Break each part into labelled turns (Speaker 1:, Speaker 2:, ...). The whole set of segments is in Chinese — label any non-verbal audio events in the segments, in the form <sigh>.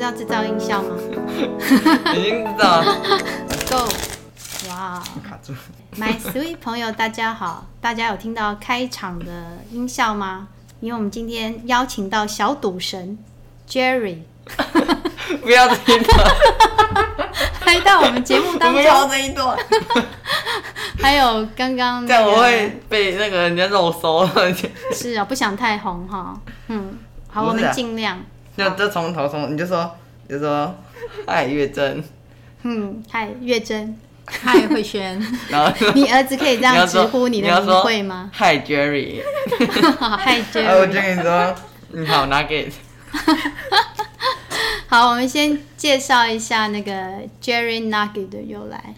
Speaker 1: 要制造音
Speaker 2: <laughs>
Speaker 1: 效吗
Speaker 2: 已经知道 <laughs> 了，
Speaker 1: ？Go！哇、
Speaker 2: 卡住。
Speaker 1: m y sweet 朋友，大家好！大家有听到开场的音效吗？因为我们今天邀请到小赌神 Jerry
Speaker 2: 不要这一段，
Speaker 1: 来到我们节目
Speaker 2: 我
Speaker 1: 当
Speaker 2: 们
Speaker 1: 中，
Speaker 2: 要这一段，
Speaker 1: 还有刚刚
Speaker 2: 这
Speaker 1: 那
Speaker 2: 样我
Speaker 1: 个
Speaker 2: 会被那个人家肉搜了。
Speaker 1: 是啊、不想太红哈。嗯，好，
Speaker 2: 不
Speaker 1: 我
Speaker 2: 是啊
Speaker 1: 们尽量。
Speaker 2: 那就从头从，你就说，你就说，嗨，
Speaker 1: <laughs>
Speaker 2: 月珍，
Speaker 1: 嗯，嗨，月珍，
Speaker 3: 嗨，慧轩，
Speaker 2: 然后
Speaker 1: 你儿子可以这
Speaker 2: 你
Speaker 1: 样
Speaker 2: 要
Speaker 1: 直
Speaker 2: 说
Speaker 1: 呼你的
Speaker 2: 要
Speaker 1: 名
Speaker 2: 说
Speaker 1: 讳吗？ <laughs>
Speaker 2: 嗨，Jerry。
Speaker 1: 嗨
Speaker 2: 然哎后我就
Speaker 1: Jerry。
Speaker 2: 跟你说，你好，拿给
Speaker 1: 好，我们先介绍一下那个 Jerry Nugget 的由来，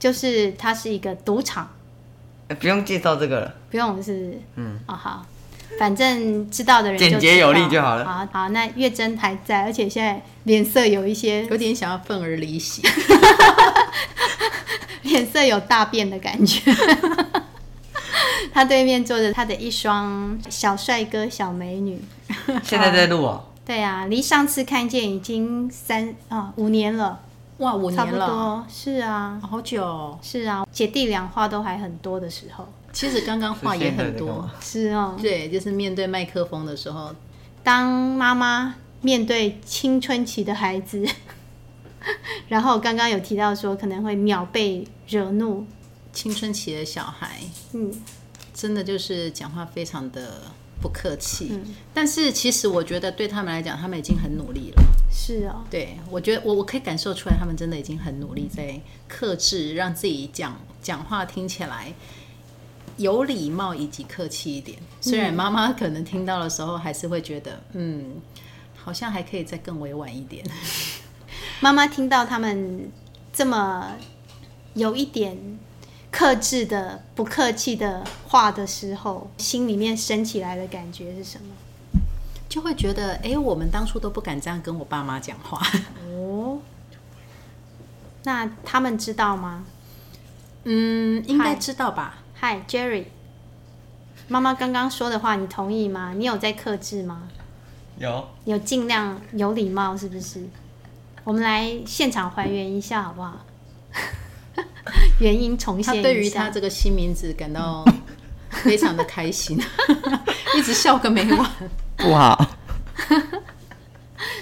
Speaker 1: 就是它是一个赌场。
Speaker 2: 不用介绍这个了。
Speaker 1: 不用是，嗯，哦好，反正知道的人就知道
Speaker 2: 简洁有力就好了
Speaker 1: 好，好，那月珍还在，而且现在脸色有一些 <laughs>
Speaker 3: <laughs> 有点想要愤而离席。
Speaker 1: 脸色有大变的感觉。 <laughs> 他对面坐着他的一双小帅哥、小美女。
Speaker 2: 现在在录
Speaker 1: <laughs>
Speaker 2: 哦，
Speaker 1: 对啊，离上次看见已经三啊五年了，
Speaker 3: 哇，五
Speaker 1: 差
Speaker 3: 年
Speaker 1: 不
Speaker 3: 了，
Speaker 1: 多是啊
Speaker 3: 好久、哦。
Speaker 1: 是啊，姐弟俩话都还很多的时候。
Speaker 3: 其实刚刚话也很
Speaker 2: 是现在在干
Speaker 3: 多
Speaker 2: 嘛，
Speaker 1: 是哦，
Speaker 3: 对，就是面对麦克风的时候，
Speaker 1: 当妈妈面对青春期的孩子， <laughs> 然后刚刚有提到说可能会秒被惹怒，
Speaker 3: 青春期的小孩
Speaker 1: 嗯，
Speaker 3: 真的就是讲话非常的不客气。
Speaker 1: 嗯
Speaker 3: 但是其实我觉得对他们来讲，他们已经很努力了。
Speaker 1: 是哦，
Speaker 3: 对我觉得我我可以感受出来，他们真的已经很努力在克制，让自己讲讲话听起来有礼貌以及客气一点。虽然妈妈可能听到的时候还是会觉得，嗯，好像还可以再更委婉一点。
Speaker 1: 妈妈听到他们这么有一点克制的、不客气的话的时候，心里面升起来的感觉是什么？
Speaker 3: 就会觉得，哎、我们当初都不敢这样跟我爸妈讲话。
Speaker 1: 哦，那他们知道吗？
Speaker 3: 嗯，应该
Speaker 1: 嗨
Speaker 3: 知道吧？
Speaker 1: 嗨，Jerry，妈妈刚刚说的话，你同意吗？你有在克制吗？
Speaker 2: 有
Speaker 1: 有尽量有礼貌，是不是？我们来现场还原一下，好不好？ <laughs> 原因重
Speaker 3: 他
Speaker 1: 现
Speaker 3: 对
Speaker 1: 一
Speaker 3: 于他
Speaker 1: 下。
Speaker 3: 这个新名字感到非常的开心，一直笑个没完。
Speaker 2: 不好。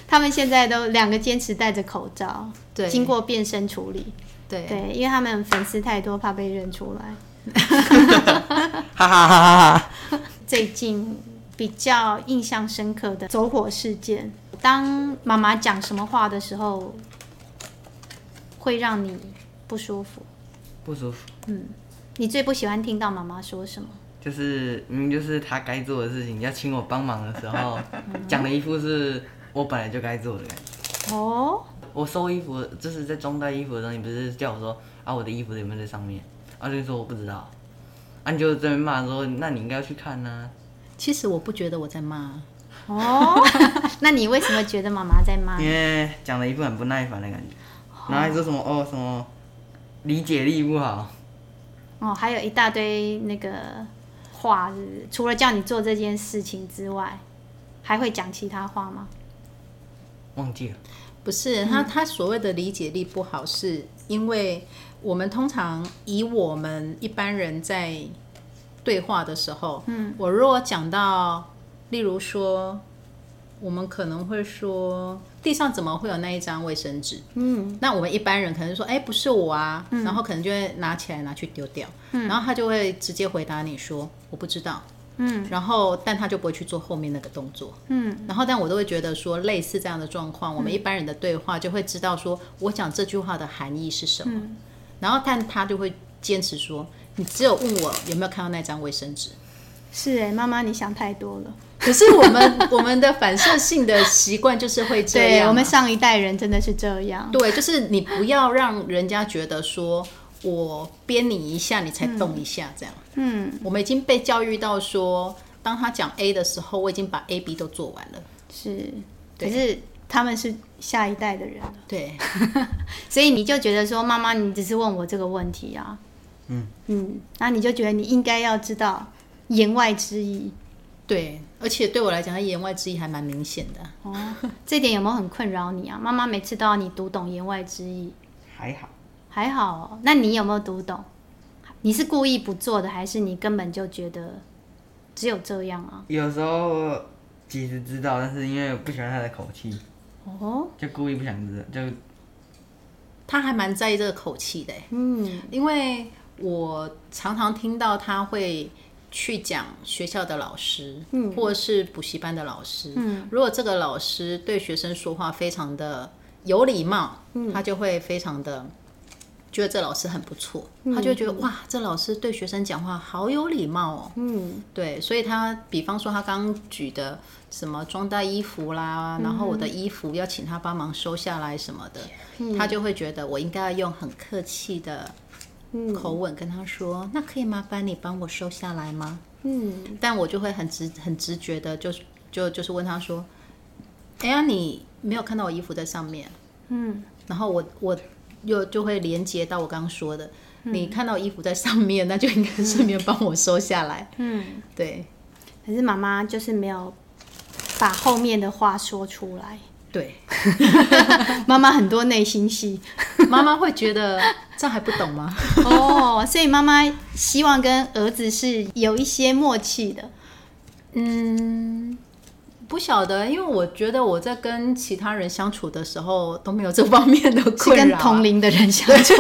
Speaker 1: 他们现在都两个坚持戴着口罩，
Speaker 3: 对
Speaker 1: 经过变声处理，
Speaker 3: 对，
Speaker 1: 对，因为他们粉丝太多，怕被认出来。
Speaker 2: 哈哈哈哈哈！
Speaker 1: 最近比较印象深刻的走火事件，当妈妈讲什么话的时候，会让你不舒服。
Speaker 2: 不舒服，
Speaker 1: 你最不喜欢听到妈妈说什么？
Speaker 2: 就是明明就是他该做的事情，要请我帮忙的时
Speaker 1: <laughs>
Speaker 2: 候，
Speaker 1: 嗯
Speaker 2: 讲的一副是我本来就该做的感觉。
Speaker 1: 哦，
Speaker 2: 我收衣服就是在装袋衣服的时候，你不是叫我说啊我的衣服有没有在上面？啊就说我不知道，啊你就这边骂说那你应该要去看呐、啊
Speaker 3: 其实我不觉得我在骂，
Speaker 1: 哦， <laughs> 那你为什么觉得妈妈在骂？
Speaker 2: 因为讲的一副很不耐烦的感觉，然后还说什么哦什么理解力不好，
Speaker 1: 哦，还有一大堆那个话是不是除了叫你做这件事情之外，还会讲其他话吗？
Speaker 2: 忘记了，
Speaker 3: 不是他他所谓的理解力不好，是因为我们通常以我们一般人在对话的时候，嗯，我如果讲到，例如说，我们可能会说地上怎么会有那一张卫生纸？嗯，那我们一般人可能说，哎、不是我啊，然后可能就会拿起来拿去丢掉，嗯，然后他就会直接回答你说我不知道，嗯，然后但他就不会去做后面那个动作，嗯，然后但我都会觉得说类似这样的状
Speaker 1: 嗯
Speaker 3: 况，我们一般人的对话就会知道说我讲这句话的含义是什么，
Speaker 1: 嗯
Speaker 3: 然后但他就会坚持说你只有问我有没有看到那张卫生纸。
Speaker 1: 是哎，妈妈，你想太多了。
Speaker 3: 可是我
Speaker 1: <laughs>
Speaker 3: 们我们的反射性的习惯就是会这样啊
Speaker 1: 对
Speaker 3: 嘛，
Speaker 1: 我们上一代人真的是这样。
Speaker 3: 对，就是你不要让人家觉得说我编你一下，你才动一下这样。
Speaker 1: 嗯，
Speaker 3: 我们已经被教育到说，当他讲 A 的时候，我已经把 A、B 都做完了。
Speaker 1: 是，可
Speaker 3: 对
Speaker 1: 是他们是下一代的人，啊
Speaker 3: 对，
Speaker 1: 所以你就觉得说，妈妈，你只是问我这个问题啊。嗯嗯，那你就觉得你应该要知道言外之意。
Speaker 3: 对，而且对我来讲，他言外之意还蛮明显的。
Speaker 1: 哦，这点有没有很困扰你啊？妈妈每次都要你读懂言外之意，
Speaker 2: 还好，
Speaker 1: 还好哦、那你有没有读懂？你是故意不做的，还是你根本就觉得只有这样啊？
Speaker 2: 有时候其实知道，但是因为我不喜欢他的口气，
Speaker 1: 哦，
Speaker 2: 就故意不想知道，就
Speaker 3: 他还蛮在意这个口气的欸，
Speaker 1: 嗯，
Speaker 3: 因为我常常听到他会去讲学校的老师，嗯，或是补习班的老师，嗯，如果这个老师对学生说话非常的有礼貌，嗯，他就会非常的。觉得这老师很不错，他就会觉得、哇，这老师对学生讲话好有礼貌哦。嗯，对，所以他比方说他刚刚举的什么装袋衣服啦，然后我的衣服要请他帮忙收下来什么的，
Speaker 1: 嗯
Speaker 3: 他就会觉得我应该要用很客气的
Speaker 1: 嗯
Speaker 3: 口吻跟他说，那可以麻烦你帮我收下来吗？
Speaker 1: 嗯，
Speaker 3: 但我就会很直很直觉的就，是就就是问他说，哎呀，你没有看到我衣服在上面？嗯，然后我我又就会连接到我刚刚说的，你看到衣服在上面，那就应该顺便帮我收下来。嗯，对
Speaker 1: 可是妈妈就是没有把后面的话说出来，
Speaker 3: <laughs> 对， <laughs>
Speaker 1: 妈妈很多内心戏
Speaker 3: 妈妈会觉得这还不懂吗？
Speaker 1: 哦，所以妈妈希望跟儿子是有一些默契的，
Speaker 3: 不晓得，因为我觉得我在跟其他人相处的时候都没有这方面的
Speaker 1: 是
Speaker 3: 困扰、啊
Speaker 1: 跟同龄的人相
Speaker 3: <laughs>
Speaker 1: 处。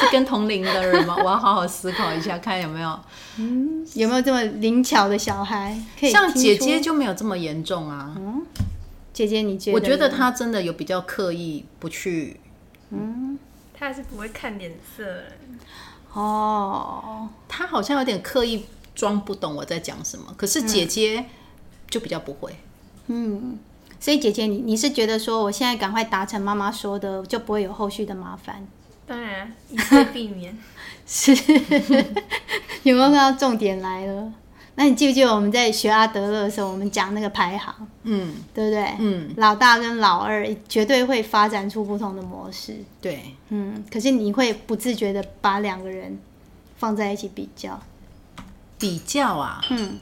Speaker 3: 是跟同龄的人吗？ <laughs> 我要好好思考一下，看有没有
Speaker 1: 有没有这么灵巧的小孩？可以
Speaker 3: 像
Speaker 1: 听嗯
Speaker 3: 姐
Speaker 1: 出
Speaker 3: 姐就没有这么严重啊。
Speaker 1: 姐姐，你觉得呢？
Speaker 3: 我觉得她真的有比较刻意不去，
Speaker 4: 他是不会看脸色的，
Speaker 1: 哦，
Speaker 3: 她好像有点刻意装不懂我在讲什么。可是
Speaker 1: 嗯
Speaker 3: 姐姐就比较不会，
Speaker 1: 所以姐姐你你是觉得说我现在赶快达成妈妈说的，就不会有后续的麻
Speaker 3: <laughs>
Speaker 1: 烦？
Speaker 4: 当然以示避免。
Speaker 1: 是，有没有看到重点来了？那你记不记得我们在学阿德勒的时候，我们讲那个排行，
Speaker 3: 嗯，
Speaker 1: 对不对？
Speaker 3: 嗯，
Speaker 1: 老大跟老二绝对会发展出不同的模式。
Speaker 3: 对，
Speaker 1: 嗯，可是你会不自觉的把两个人放在一起比较。
Speaker 3: 比较啊，
Speaker 1: 嗯，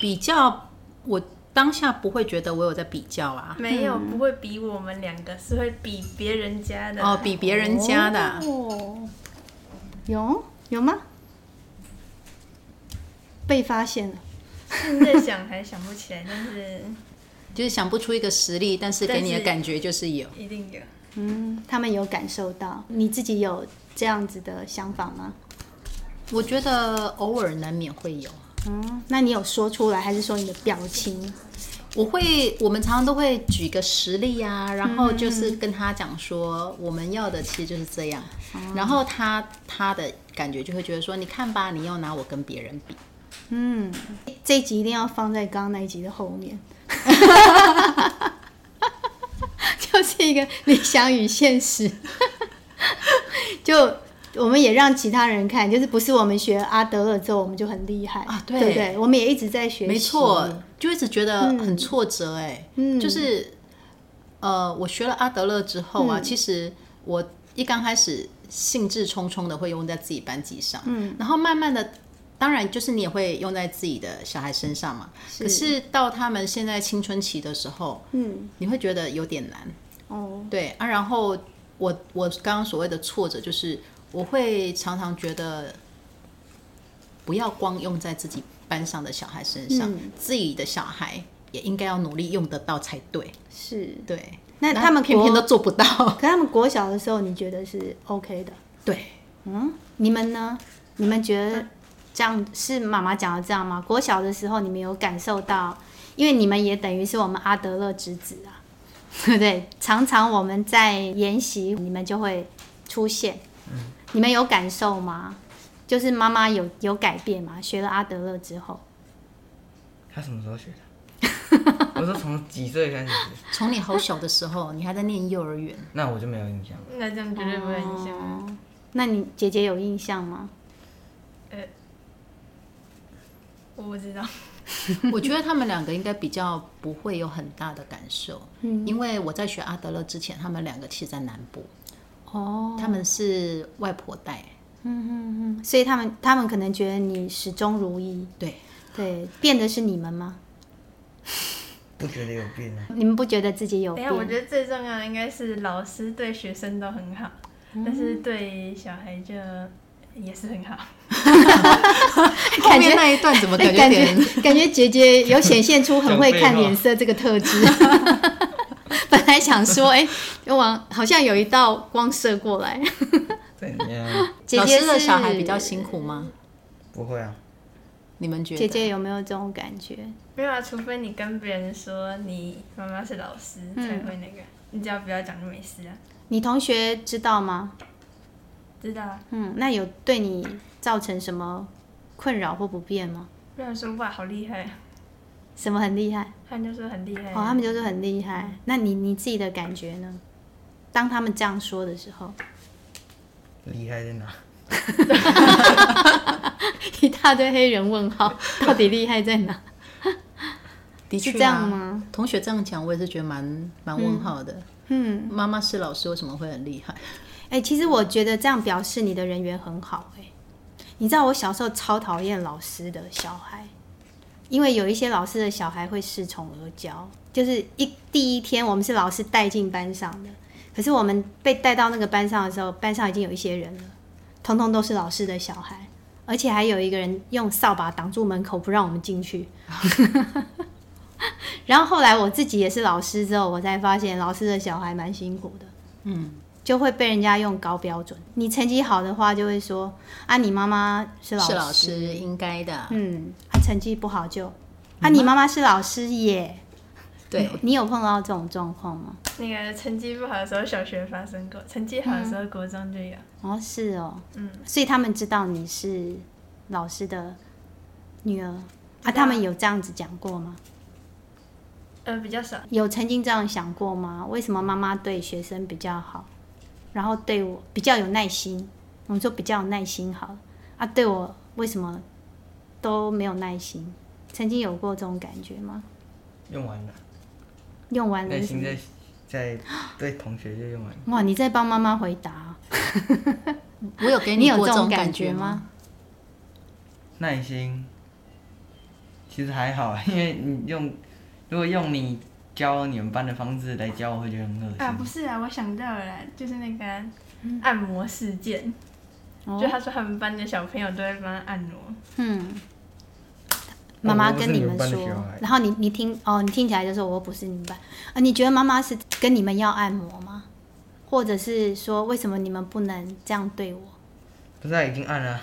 Speaker 3: 比较我当下不会觉得我有在比较啊，
Speaker 4: 没有，不会比我们两个，是会比别人家的。
Speaker 3: 哦，比别人家的啊，
Speaker 1: 哦，有有吗？被发现了。
Speaker 4: <laughs> 现在想还想不起来，但是
Speaker 3: 就是想不出一个实例，但是给你的
Speaker 4: 但是
Speaker 3: 感觉就是有。
Speaker 4: 一定有。
Speaker 1: 嗯，他们有感受到，你自己有这样子的想法吗？
Speaker 3: 我觉得偶尔难免会有，
Speaker 1: 嗯，那你有说出来，还是说你的表情？
Speaker 3: 我会，我们常常都会举个实例啊，然后就是跟他讲说，我们要的其实就是这样，然后他他的感觉就会觉得说，你看吧，你又拿我跟别人比，
Speaker 1: 嗯，这一集一定要放在刚刚那一集的后面， <laughs> 就是一个理想与现实。 <laughs> 就我们也让其他人看，就是不是我们学阿德勒之后我们就很厉害
Speaker 3: 啊对
Speaker 1: 对不对？我们也一直在学习，
Speaker 3: 没错，就一直觉得很挫折哎、就是呃，我学了阿德勒之后啊，其实我一刚开始兴致冲冲的会用在自己班级上，嗯，然后慢慢的。当然，就是你也会用在自己的小孩身上嘛。可是到他们现在青春期的时候，
Speaker 1: 嗯，
Speaker 3: 你会觉得有点难。
Speaker 1: 哦，
Speaker 3: 对啊，然后我我刚刚所谓的挫折，就是我会常常觉得，不要光用在自己班上的小孩身上，
Speaker 1: 嗯
Speaker 3: 自己的小孩也应该要努力用得到才对。
Speaker 1: 是。
Speaker 3: 对，
Speaker 1: 那他们
Speaker 3: 偏偏
Speaker 1: 国
Speaker 3: 都做不到。
Speaker 1: <laughs> 可他们国小的时候，你觉得是 OK 的？
Speaker 3: 对，
Speaker 1: 嗯，你们呢？你们觉得这样是妈妈讲的这样吗？国小的时候，你们有感受到，因为你们也等于是我们阿德勒之子啊， <laughs> 对不对？常常我们在研习，你们就会出现，你们有感受吗？就是妈妈有有改变吗？学了阿德勒之后，
Speaker 2: 他什么时候学的？ <laughs> 我说从几岁开始学，
Speaker 3: 从你好小的时候，你还在念幼儿园，
Speaker 2: 那我就没有印象。
Speaker 4: 那这样绝对不会影
Speaker 3: 哦
Speaker 4: 响。
Speaker 1: 哦那你姐姐有印象吗？
Speaker 4: 呃我不知道，
Speaker 3: 我觉得他们两个应该比较不会有很大的感受，
Speaker 1: 嗯
Speaker 3: 因为我在学阿德勒之前，他们两个其实在南部，
Speaker 1: 哦，
Speaker 3: 他们是外婆带。
Speaker 1: 嗯，所以他们他们可能觉得你始终如一， <laughs>
Speaker 3: 对，
Speaker 1: 对，变的是你们吗？
Speaker 2: 不觉得有病啊？
Speaker 1: 你们不觉得自己有
Speaker 4: 等一
Speaker 1: 变
Speaker 4: 下，？我觉得最重要的应该是老师对学生都很好，
Speaker 3: 嗯
Speaker 4: 但是对小孩就也是很好。
Speaker 3: 后面那一段怎么感觉
Speaker 1: 哎 <laughs>
Speaker 3: 有
Speaker 1: 感
Speaker 3: 点
Speaker 1: 觉感觉姐姐有显现出很会看脸色这个特 <laughs> 质。本来想说，哎、往好像有一道光射过来。
Speaker 2: 怎样？
Speaker 1: 姐
Speaker 3: 老
Speaker 1: 姐
Speaker 3: 师
Speaker 1: 是
Speaker 3: 的小孩比较辛苦吗？
Speaker 2: 不会啊，
Speaker 3: 你们觉得？
Speaker 1: 姐姐有没有这种感觉？
Speaker 4: 没有啊，除非你跟别人说你妈妈是老师
Speaker 3: 嗯
Speaker 4: 才会那个，你只要不要讲就没事啊。
Speaker 1: 你同学知道吗？
Speaker 4: 知道啊，
Speaker 1: 嗯，那有对你造成什么困扰或不便吗？
Speaker 4: 不然说哇好厉害啊，
Speaker 1: 什么很厉害？
Speaker 4: 他们就说很厉害啊。
Speaker 1: 哦，他们就是很厉害。那你你自己的感觉呢？当他们这样说的时候，
Speaker 2: 厉害在哪？
Speaker 1: <laughs> 一大堆黑人问号，到底厉害在哪？
Speaker 3: 的确、啊、
Speaker 1: 是这样吗？
Speaker 3: 同学这样讲，我也是觉得蛮蛮问号的。
Speaker 1: 嗯，
Speaker 3: 妈妈是老师，为什么会很厉害？
Speaker 1: 哎、其实我觉得这样表示你的人缘很好、哎，你知道我小时候超讨厌老师的小孩，因为有一些老师的小孩会恃宠而骄，就是一第一天我们是老师带进班上的，可是我们被带到那个班上的时候，班上已经有一些人了，通通都是老师的小孩，而且还有一个人用扫把挡住门口不让我们进去。 <laughs> 然后后来我自己也是老师之后，我才发现老师的小孩蛮辛苦的。
Speaker 3: 嗯
Speaker 1: 就会被人家用高标准。你成绩好的话，就会说啊，你妈妈是老师，
Speaker 3: 是老师应该的。
Speaker 1: 嗯，啊，成绩不好就啊，你妈妈是老师耶。
Speaker 3: 对，
Speaker 4: 嗯
Speaker 1: 你有碰到这种状况吗？
Speaker 4: 那个成绩不好的时候，小学发生过；成绩好的时候，国中就有。
Speaker 1: 哦，是哦，
Speaker 4: 嗯，
Speaker 1: 所以他们知道你是老师的女儿
Speaker 4: 知
Speaker 1: 啊，
Speaker 4: 道
Speaker 1: 他们有这样子讲过吗？
Speaker 4: 呃，比较少。
Speaker 1: 有曾经这样想过吗？为什么妈妈对学生比较好，然后对我比较有耐心？我们说比较有耐心好了啊，对我为什么都没有耐心？曾经有过这种感觉吗？
Speaker 2: 用完了，
Speaker 1: 用完了
Speaker 2: 耐
Speaker 1: 是什
Speaker 2: 心
Speaker 1: 么
Speaker 2: 在在对同学就用完了。
Speaker 1: 哇，你在帮妈妈回答，
Speaker 3: 我有给
Speaker 1: 你有
Speaker 3: 过
Speaker 1: 这
Speaker 3: 种
Speaker 1: 感
Speaker 3: 觉
Speaker 1: 吗？？
Speaker 2: 耐心其实还好，啊 <laughs> 因为你用如果用你教你们班的方式来教，我会觉得很恶心。
Speaker 4: 啊，不是啊，我想到了啦，就是那个啊按摩事件，
Speaker 1: 哦
Speaker 4: 就他说他们班的小朋友都会帮他按摩，
Speaker 1: 嗯，
Speaker 2: 哦
Speaker 1: 妈妈
Speaker 2: 我不是
Speaker 1: 跟你
Speaker 2: 你
Speaker 1: 们
Speaker 2: 们班的
Speaker 1: 说
Speaker 2: 小孩，
Speaker 1: 然后你你听哦，你听起来就说我不是你们班啊？你觉得妈妈是跟你们要按摩吗？或者是说为什么你们不能这样对我？
Speaker 2: 不是啊，已经按了啊。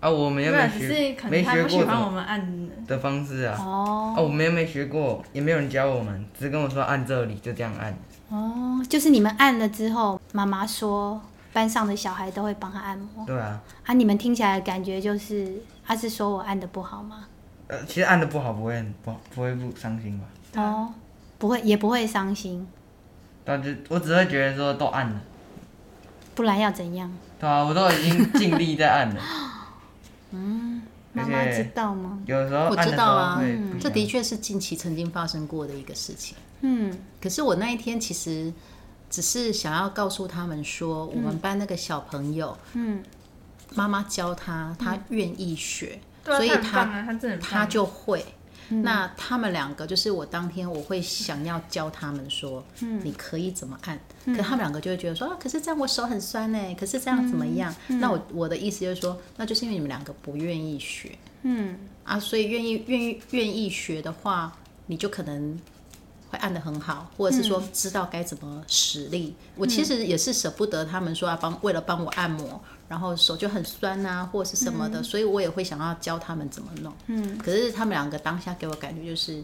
Speaker 2: 啊，我们
Speaker 4: 没
Speaker 2: 又
Speaker 4: 有，
Speaker 2: 没
Speaker 4: 只是
Speaker 2: 学，
Speaker 4: 可
Speaker 2: 没
Speaker 4: 能他
Speaker 2: 学
Speaker 4: 不喜
Speaker 2: 过
Speaker 4: 欢我
Speaker 2: 的
Speaker 4: 们按
Speaker 2: 的方式啊。
Speaker 1: 哦
Speaker 2: 啊，我们又没学过，也没有人教我们，只跟我说按这里，就这样按。
Speaker 1: 哦，就是你们按了之后，妈妈说班上的小孩都会帮他按摩
Speaker 2: 对啊，
Speaker 1: 啊，你们听起来的感觉就是他是说我按的不好吗？
Speaker 2: 呃，其实按的不好不会很不好不会不伤心吧？
Speaker 4: 对
Speaker 1: 哦，不会，也不会伤心，
Speaker 2: 但就我只会觉得说都按了，
Speaker 1: 不然要怎样？
Speaker 2: 对啊，我都已经尽力在按了。
Speaker 1: 妈妈
Speaker 2: 而且
Speaker 1: 知道吗？
Speaker 2: 有时候
Speaker 3: 我
Speaker 2: 哦按的
Speaker 3: 知
Speaker 2: 时
Speaker 3: 道
Speaker 2: 候
Speaker 3: 啊
Speaker 2: 会不一样，
Speaker 3: 这的确是近期曾经发生过的一个事情。
Speaker 1: 嗯
Speaker 3: 可是我那一天其实只是想要告诉他们说，我们班那个小朋友，
Speaker 1: 嗯，
Speaker 3: 妈妈教他，他愿意学，
Speaker 4: 对啊，
Speaker 3: 所以
Speaker 4: 他很棒啊，他
Speaker 1: 嗯
Speaker 4: 真的很
Speaker 3: 他
Speaker 4: 棒。
Speaker 3: 就会。那他们两个就是我当天我会想要教他们说，你可以怎么按，可他们两个就会觉得说啊，可是这样我手很酸呢、可是这样怎么样？那我我的意思就是说，那就是因为你们两个不愿意学
Speaker 1: 嗯，
Speaker 3: 啊，所以愿意愿意愿意学的话，你就可能会按得很好，或者是说知道该怎么使力。我其实也是舍不得他们说要帮，为了帮我按摩，然后手就很酸啊，或者是什么的，所以我也会想要教他们怎么弄。嗯，可是他们两个当下给我感觉就是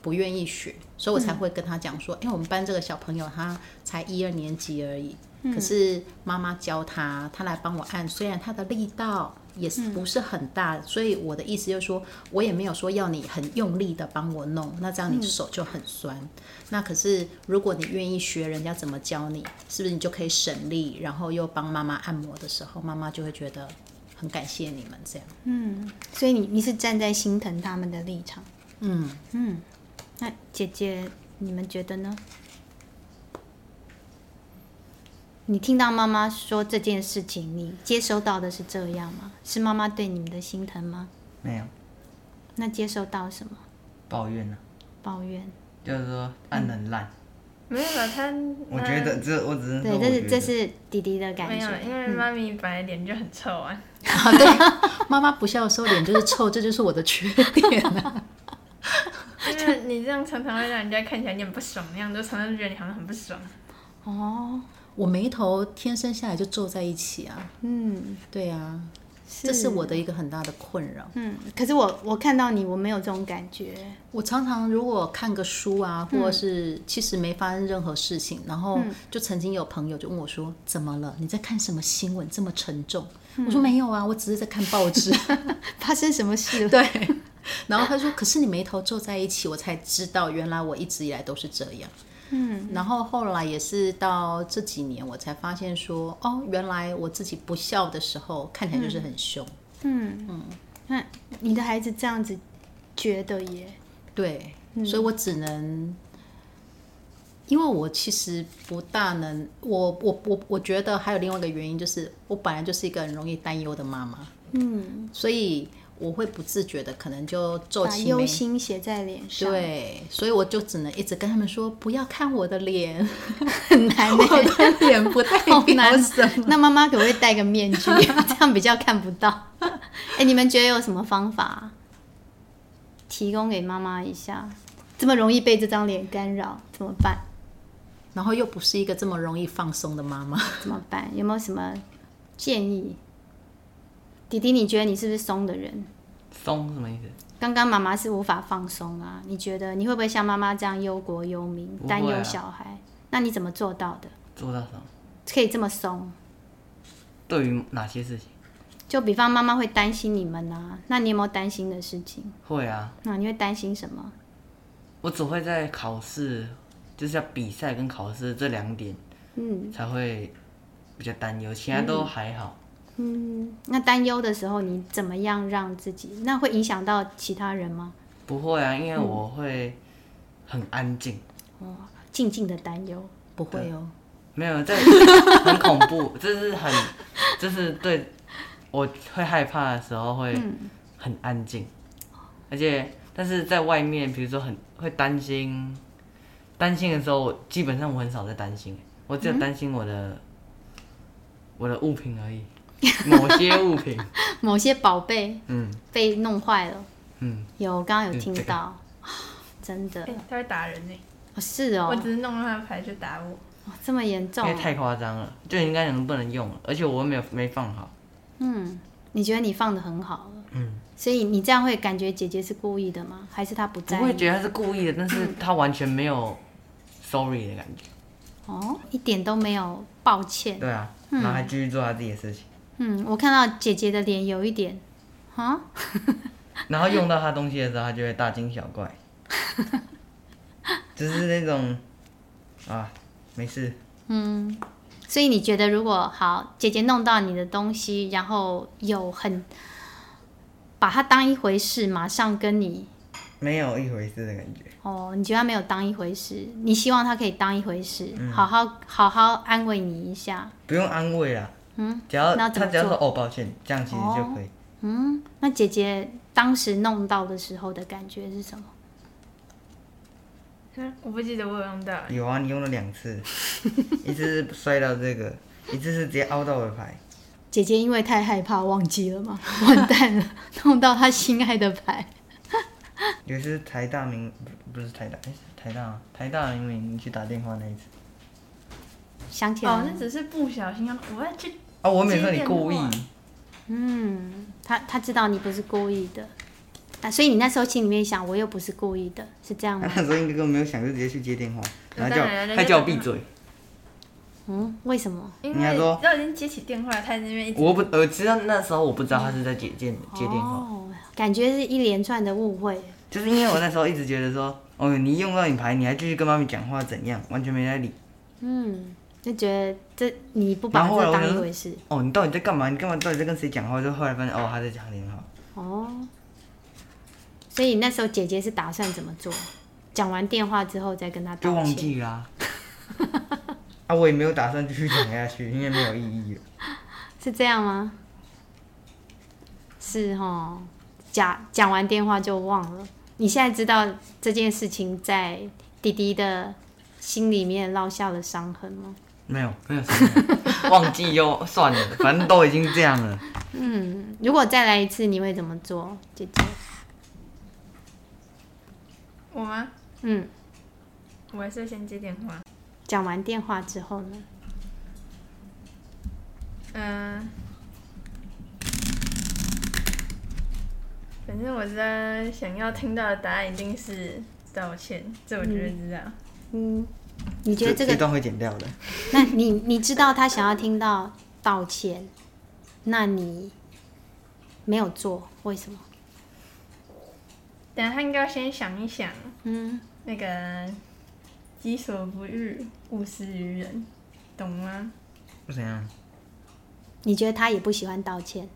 Speaker 3: 不愿意学，所以我才会跟他讲说，哎因为、我们班这个小朋友他才一二年级而已。可是妈妈教他，他来帮我按，虽然他的力道也是不是很大，所以我的意思就是说，我也没有说要你很用力的帮我弄，那这样你手就很酸。那可是如果你愿意学人家怎么教你，是不是你就可以省力，然后又帮妈妈按摩的时候，妈妈就会觉得很感谢你们这样。
Speaker 1: 所以你你是站在心疼他们的立场。
Speaker 3: 嗯，
Speaker 1: 那姐姐，你们觉得呢？你听到妈妈说这件事情，你接收到的是这样吗？是妈妈对你们的心疼吗？
Speaker 2: 没有
Speaker 1: 那接收到什么
Speaker 2: 抱怨呢、
Speaker 1: 抱怨？
Speaker 2: 就是说按得很烂。
Speaker 3: 嗯
Speaker 4: 没有了，他呃
Speaker 2: 我觉得这我只是
Speaker 1: 对，
Speaker 2: 说
Speaker 1: 这
Speaker 2: 嗯我
Speaker 1: 是这
Speaker 2: 觉得
Speaker 1: 是弟弟的感
Speaker 4: 没有，
Speaker 1: 觉。
Speaker 4: 因为妈咪本来脸就很臭啊。
Speaker 3: 啊，对，妈妈不笑的时候脸就是臭，这就是我的缺点啊。
Speaker 4: 因为你这样常常会让人家看起来你很不爽那样，就常常觉得你好像很不爽。
Speaker 1: 哦，
Speaker 3: 我眉头天生下来就皱在一起啊，
Speaker 1: 嗯，
Speaker 3: 对啊，这是我的一个很大的困扰。
Speaker 1: 嗯，可是我我看到你，我没有这种感觉。
Speaker 3: 我常常如果看个书啊，或者是其实没发生任何事情，然后就曾经有朋友就问我说：“怎么了？你在看什么新闻这么沉重？”我说：“没有啊，我只是在看报纸。
Speaker 1: 发生什么事”了？
Speaker 3: 对。然后他说：“可是你眉头皱在一起，我才知道原来我一直以来都是这样。”嗯，然后后来也是到这几年，我才发现说，哦，原来我自己不笑的时候，看起来
Speaker 1: 嗯
Speaker 3: 就是很凶。嗯
Speaker 1: 那你的孩子这样子觉得耶？
Speaker 3: 对，
Speaker 1: 嗯
Speaker 3: 所以我只能，因为我其实不大能，我我我我觉得还有另外一个原因，就是我本来就是一个很容易担忧的妈妈，嗯，所以我会不自觉的可能就皱
Speaker 1: 把
Speaker 3: 起眉
Speaker 1: 忧。心写在脸上，
Speaker 3: 对，所以我就只能一直跟他们说，不要看我的 <laughs> 脸，
Speaker 1: <laughs> 很难耶。
Speaker 3: <laughs> 我的脸不代
Speaker 1: 好
Speaker 3: 表
Speaker 1: 难
Speaker 3: 什么。
Speaker 1: 那妈妈可不可以戴个面
Speaker 3: <laughs>
Speaker 1: 具，这样比较看不到？ <laughs> 哎、你们觉得有什么方法提供给妈妈一下？这么容易被这张脸干扰，怎么办？
Speaker 3: 然后又不是一个这么容易放松的妈妈。
Speaker 1: 怎么办？有没有什么建议？弟弟，你觉得你是不是松的人？
Speaker 2: 松什么意思？
Speaker 1: 刚刚妈妈是无法放松啊，你觉得你会不会像妈妈这样忧国忧民
Speaker 2: 不，会啊
Speaker 1: 担忧小孩？那你怎么做到的？
Speaker 2: 做到什么？
Speaker 1: 可以这么松？
Speaker 2: 对于哪些事情？
Speaker 1: 就比方妈妈会担心你们啊，那你有没有担心的事情？
Speaker 2: 会啊，
Speaker 1: 那你会担心什么？
Speaker 2: 我只会在考试，就是要比赛跟考试这两点
Speaker 1: 嗯
Speaker 2: 才会比较担忧，其他都还好。
Speaker 1: 嗯，那担忧的时候你怎么样让自己？那会影响到其他人吗？
Speaker 2: 不会啊，因
Speaker 3: 嗯
Speaker 2: 为我会很安静，
Speaker 1: 哦，静静的担忧，
Speaker 3: 不会哦，
Speaker 2: 没
Speaker 1: <laughs>
Speaker 2: 有这很恐怖，这是很，就是对我会害怕的时候会
Speaker 1: 嗯
Speaker 2: 很安静，而且但是在外面，比如说很会担心，担心的时候，我基本上我很少在担心，我只有担心我
Speaker 1: 嗯
Speaker 2: 的、我的物品而已，某些
Speaker 1: <laughs>
Speaker 2: 物品，
Speaker 1: 某些宝贝
Speaker 2: 嗯
Speaker 1: 被弄坏了，
Speaker 2: 嗯，
Speaker 1: 有我刚刚有听
Speaker 2: 嗯这个
Speaker 1: 到， <gasps> 啊真的、
Speaker 4: 哎他会打人呢、
Speaker 1: 哦是哦
Speaker 4: 我，只是弄了他的牌就打我。
Speaker 1: 哇这么严
Speaker 2: 因
Speaker 1: 重
Speaker 2: 为
Speaker 1: 哦，
Speaker 2: 太夸张了，就应该能不能用了，而且我又没有没放好，
Speaker 1: 嗯，你觉得你放的很好了，
Speaker 2: 嗯，
Speaker 1: 所以你这样会感觉姐姐是故意的吗？还是她不
Speaker 2: 不
Speaker 1: 在
Speaker 2: 会
Speaker 1: 意？
Speaker 2: 觉得他是故意的，
Speaker 1: <clears throat>
Speaker 2: 但是他完全没有 sorry 的感觉。
Speaker 1: 哦，一点都没有抱歉。
Speaker 2: 对啊，然后还继续做他自己的事情，
Speaker 1: 嗯，我看到姐姐的脸有一点，啊，
Speaker 2: 然后用到他东西的时候，他就会大惊小
Speaker 1: <laughs>
Speaker 2: 怪，就是那种啊，没事，
Speaker 1: 所以你觉得如果好，姐姐弄到你的东西，然后有很把它当一回事，马上跟你
Speaker 2: 没有一回事的感觉。
Speaker 1: 哦，你觉得她没有当一回事，你希望她可以当一回事，
Speaker 2: 嗯
Speaker 1: 好好好好安慰你一下。
Speaker 2: 不用安慰啦，嗯，只要
Speaker 1: 那怎么
Speaker 2: 他只要说哦抱歉，这样其实就可以，
Speaker 1: 嗯，那姐姐当时弄到的时候的感觉是什么？
Speaker 4: 嗯，我不记得我有用到、
Speaker 1: 哦
Speaker 4: 欸。
Speaker 2: 有啊，你用了两次，
Speaker 1: <laughs>
Speaker 2: 一次是摔到这个，一次是直接凹到我的牌，
Speaker 1: 姐姐因为太害怕忘记了嘛， <laughs> 完蛋了，弄到她心爱的牌。
Speaker 2: 有一次台大明不不是台大，哎、是台大吗？台大明明你去打电话那一次，
Speaker 1: 想起来
Speaker 4: 哦
Speaker 1: 了，，
Speaker 4: 那只是不小心啊！我要去，
Speaker 2: 啊、我没说你故意
Speaker 4: 接电，话
Speaker 1: 嗯，她她知道你不是故意的，啊，所以你那时候心里面想，我又不是故意的，是这样
Speaker 2: 他
Speaker 1: 吗
Speaker 2: 那？ <laughs> 时候应该根本没有想，就直接去接电话，然后
Speaker 4: 当
Speaker 2: 叫
Speaker 4: 然人
Speaker 2: 他
Speaker 4: 家
Speaker 2: 叫我
Speaker 4: 打
Speaker 2: 闭
Speaker 4: 电话
Speaker 2: 嘴。
Speaker 1: 嗯，为什么？
Speaker 4: 因
Speaker 2: 你还
Speaker 4: 为
Speaker 2: 说
Speaker 4: 都已经接起电话了，他在那边一直
Speaker 2: 我不，我知道那时候我不知道他是在接接接电话，
Speaker 1: 哦，感觉是一连串的误会。
Speaker 2: 就是因为我那时候一直觉得说，哦，你用到你牌，你还继续跟妈咪讲话怎样，完全没在理。
Speaker 1: 嗯，就觉得这你不把
Speaker 2: 然后后来
Speaker 1: 这
Speaker 2: 我
Speaker 1: 当
Speaker 2: 就
Speaker 1: 一回事。
Speaker 2: 哦，你到底在干嘛？你干嘛？到底在跟谁讲话？就后来发现，哦，他在讲电话。
Speaker 1: 哦，所以那时候姐姐是打算怎么做？讲完电话之后再跟她道
Speaker 2: 就
Speaker 1: 歉。
Speaker 2: 忘记啦、
Speaker 4: <laughs>
Speaker 2: 啊。我也没有打算继续讲下去，因为没有意义了。
Speaker 1: 是这样吗？是哦，讲讲完电话就忘了。你现在知道这件事情在弟弟的心里面烙下了伤痕吗？
Speaker 2: 没有没有什么，忘记就算了， <laughs> 反正都已经这样了。
Speaker 1: 嗯，如果再来一次，你会怎么做，姐姐？
Speaker 4: 我吗？
Speaker 1: 嗯，
Speaker 4: 我还是先接电话。
Speaker 1: 讲完电话之后呢？
Speaker 4: 嗯、反正我知道想要听到的答案一定是道歉，这我觉得知道。
Speaker 1: 嗯，你觉得这
Speaker 2: 一
Speaker 1: 个？
Speaker 2: 段会剪掉的？
Speaker 1: 那你你知道他想要听到道歉，那你没有做，为什么？
Speaker 4: 等下他应该要先想一想，
Speaker 1: 嗯，
Speaker 4: 那个己所不欲，勿施于人，懂吗？
Speaker 2: 不怎样，
Speaker 1: 你觉得他也不喜欢道歉？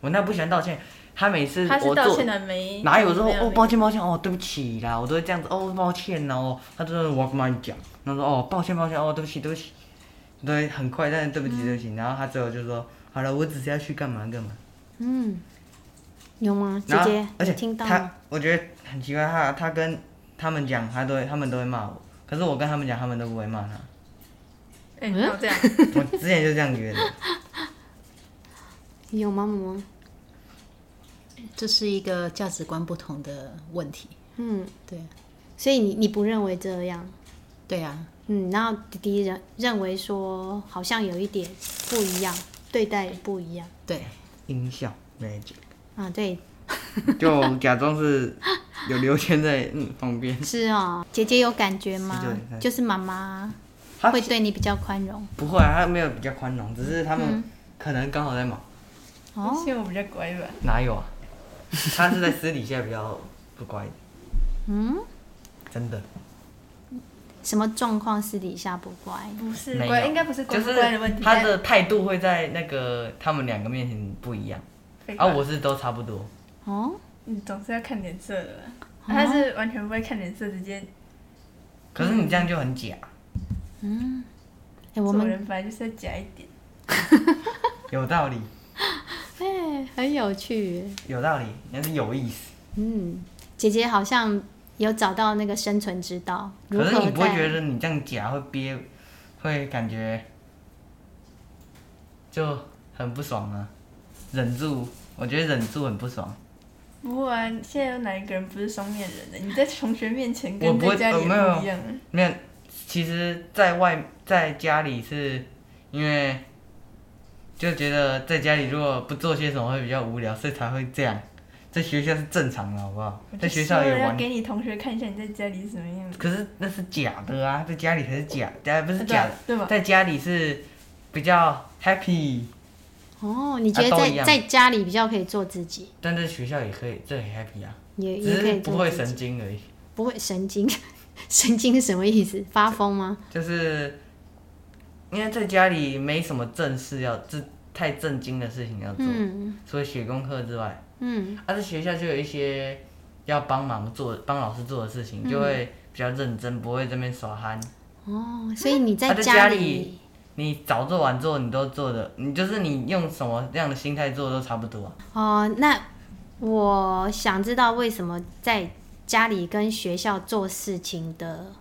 Speaker 2: 我那不喜欢道歉，他每次
Speaker 4: 他
Speaker 2: 嗯我
Speaker 4: 是道
Speaker 2: 做
Speaker 4: 歉的没？
Speaker 2: 哪有说
Speaker 4: 没
Speaker 2: 哦
Speaker 4: 没
Speaker 2: 抱歉抱歉哦对不起啦，我都会这样子哦抱歉哦，他就是我要跟你讲，然后说哦抱歉抱歉哦对不起对不起，对很快但是对不起对不起，然后他最后就说好了我只是要去干嘛干嘛，
Speaker 1: 嗯，有吗？姐
Speaker 2: 然后
Speaker 1: 姐，
Speaker 2: 而且
Speaker 1: 你听到
Speaker 2: 他
Speaker 1: 吗？
Speaker 2: 我觉得很奇怪，他他跟他们讲他都会他们都会骂我，可是我跟他们讲他们都不会骂他，
Speaker 4: 哎、
Speaker 2: 嗯
Speaker 4: 你怎么这样？
Speaker 2: 我之前就这样觉得，
Speaker 1: 有吗，萌萌？
Speaker 3: 这是一个价值观不同的问题。
Speaker 1: 嗯，
Speaker 3: 对
Speaker 1: 所以你你不认为这样？
Speaker 3: 对啊，
Speaker 1: 嗯，然后弟弟认认为说好像有一点不一样，对待也不一样
Speaker 3: 对，
Speaker 2: 音效 magic。
Speaker 1: 啊，对，
Speaker 2: 就假装是有刘谦在嗯旁边，
Speaker 1: 是哦，姐姐有感觉吗
Speaker 2: 是就？是
Speaker 1: 就是妈妈
Speaker 2: 啊
Speaker 1: 会对你比较宽容
Speaker 2: 不会啊，他没有比较宽容，只是他们可能刚好在忙，
Speaker 1: 哦。
Speaker 4: 是因为我比较乖吧？
Speaker 2: 哪有啊？ <laughs> 他是在私底下比较不乖，
Speaker 1: 嗯，
Speaker 2: 真的。
Speaker 1: 什么状况私底下不乖？
Speaker 4: 不是
Speaker 2: 没有
Speaker 4: 乖，应该不是乖
Speaker 2: 就
Speaker 4: 不
Speaker 2: 是
Speaker 4: 乖的问题。
Speaker 2: 他的态度会在那个他们两个面前不一样，
Speaker 4: 但
Speaker 2: 啊，我是都差不多，
Speaker 1: 哦，
Speaker 4: 你总是要看脸色的吧？他是完全不会看脸色，直接
Speaker 2: 可是你这样就很假，
Speaker 1: 哎、我
Speaker 4: 做
Speaker 1: 们
Speaker 4: 人本来就是要假一点。
Speaker 2: 有道理，
Speaker 1: 哎、很有趣耶。
Speaker 2: 有道理，那是有意思。
Speaker 1: 嗯，姐姐好像有找到那个生存之道，如
Speaker 2: 可是
Speaker 1: 何
Speaker 2: 你不会觉
Speaker 1: 在
Speaker 2: 得你这样假会憋，会感觉就很不爽啊？忍住，我觉得忍住很不爽。
Speaker 4: 不过啊，现在有哪一个人不是双面人的？你在同学面前
Speaker 2: 我
Speaker 4: 跟
Speaker 2: 不会
Speaker 4: 在家里也
Speaker 2: 呃没有
Speaker 4: 不一样啊。
Speaker 2: 没有，其实在外在家里是因为就觉得在家里如果不做些什么会比较无聊，所以才会这样。在学校是正常的，好不好
Speaker 4: 我？就
Speaker 2: 在学校也
Speaker 4: 说了要
Speaker 2: 玩，
Speaker 4: 给你同学看一下你在家里是什么样子。
Speaker 2: 可是那是假的啊，在家里才是假，哎不是
Speaker 4: 啊
Speaker 2: 假的，
Speaker 4: 对啊对吧？
Speaker 2: 在家里是比较 happy，
Speaker 1: 哦，你觉得
Speaker 2: 啊都
Speaker 1: 在、
Speaker 2: 一样
Speaker 1: 在家里比较可以做自己，
Speaker 2: 但在学校也可以，这很 happy 啊，
Speaker 1: 也也
Speaker 2: 只
Speaker 1: 可
Speaker 2: 是
Speaker 1: 以
Speaker 2: 不
Speaker 1: 做
Speaker 2: 会
Speaker 1: 自己
Speaker 2: 神经而已，
Speaker 1: 不会神经， <laughs> 神经是什么意思？发疯吗？
Speaker 2: 就是因为在家里没什么正事要，这太震惊的事情要做，
Speaker 1: 嗯
Speaker 2: 除了写功课之外。
Speaker 1: 嗯
Speaker 2: 啊，在学校就有一些要帮忙做、帮老师做的事情，就会比较认真，不会这边耍憨。
Speaker 1: 哦，所以你在
Speaker 2: 啊在家
Speaker 1: 里
Speaker 2: 里你早做晚做，你都做的，你就是你用什么样的心态做都差不多啊、
Speaker 1: 哦，那我想知道为什么在家里跟学校做事情的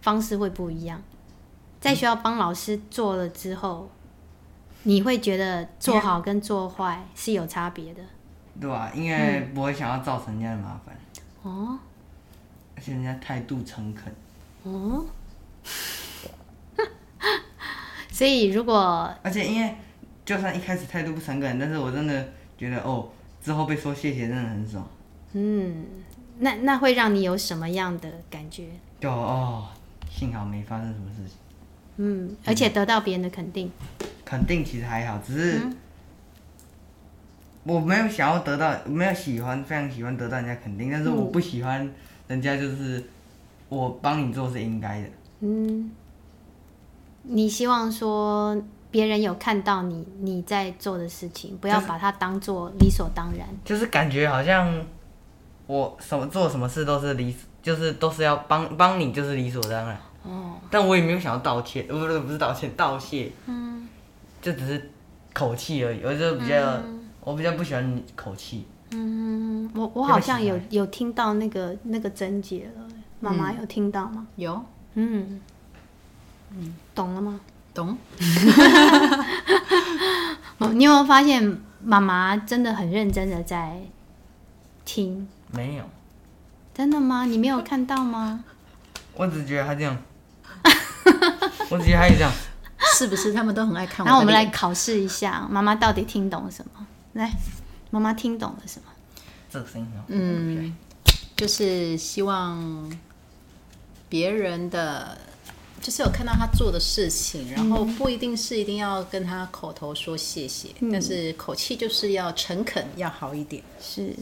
Speaker 1: 方式会不一样？在学校帮老师做了之后，你会觉得做好跟做坏是有差别的
Speaker 2: 对吧、因为不会想要造成人家的麻烦，
Speaker 1: 哦
Speaker 2: 而且人家态度诚恳。
Speaker 1: 哦。所以如果
Speaker 2: 而且因为就算一开始态度不诚恳，但是我真的觉得哦，之后被说谢谢真的很爽，
Speaker 1: 嗯，那那会让你有什么样的感觉？
Speaker 2: 就哦，幸好没发生什么事情。
Speaker 1: 嗯，而且得到别人的肯定。
Speaker 2: 肯定其实还好，只是我没有想要得到，没有喜欢，非常喜欢得到人家肯定，但是我不喜欢人家就是我帮你做是应该的，
Speaker 1: 嗯，你希望说别人有看到你你在做的事情，不要把它当做理所当然。
Speaker 2: 就是感觉好像我什么做什么事都是理，就是都是要帮帮你，就是理所当然。
Speaker 1: 哦，
Speaker 2: 但我也没有想要道歉，呃不是不是道歉，道谢，
Speaker 1: 嗯
Speaker 2: 就只是口气而已，我就比较、我比较不喜欢口气，
Speaker 1: 嗯，我我好像有有听到那个那个症结了，欸妈妈有听到吗？
Speaker 3: 有
Speaker 1: 嗯，嗯，懂了吗？
Speaker 3: 懂？
Speaker 1: 哦，你有没有发现妈妈真的很认真的在听？
Speaker 2: 没有，
Speaker 1: 真的吗？你没有看到吗？
Speaker 2: 我只觉得他这样， <laughs> 我只觉得他也这样，
Speaker 3: 是不是他们都很爱看我？
Speaker 1: 然后我们来，考试一下，妈妈到底听懂什么？来，妈妈听懂了什么？
Speaker 2: 这个声音很好
Speaker 3: 嗯，就是希望别人的，就是有看到他做的事情，然后不一定是一定要跟他口头说谢谢，但是口气就是要诚恳，要好一点。
Speaker 1: 是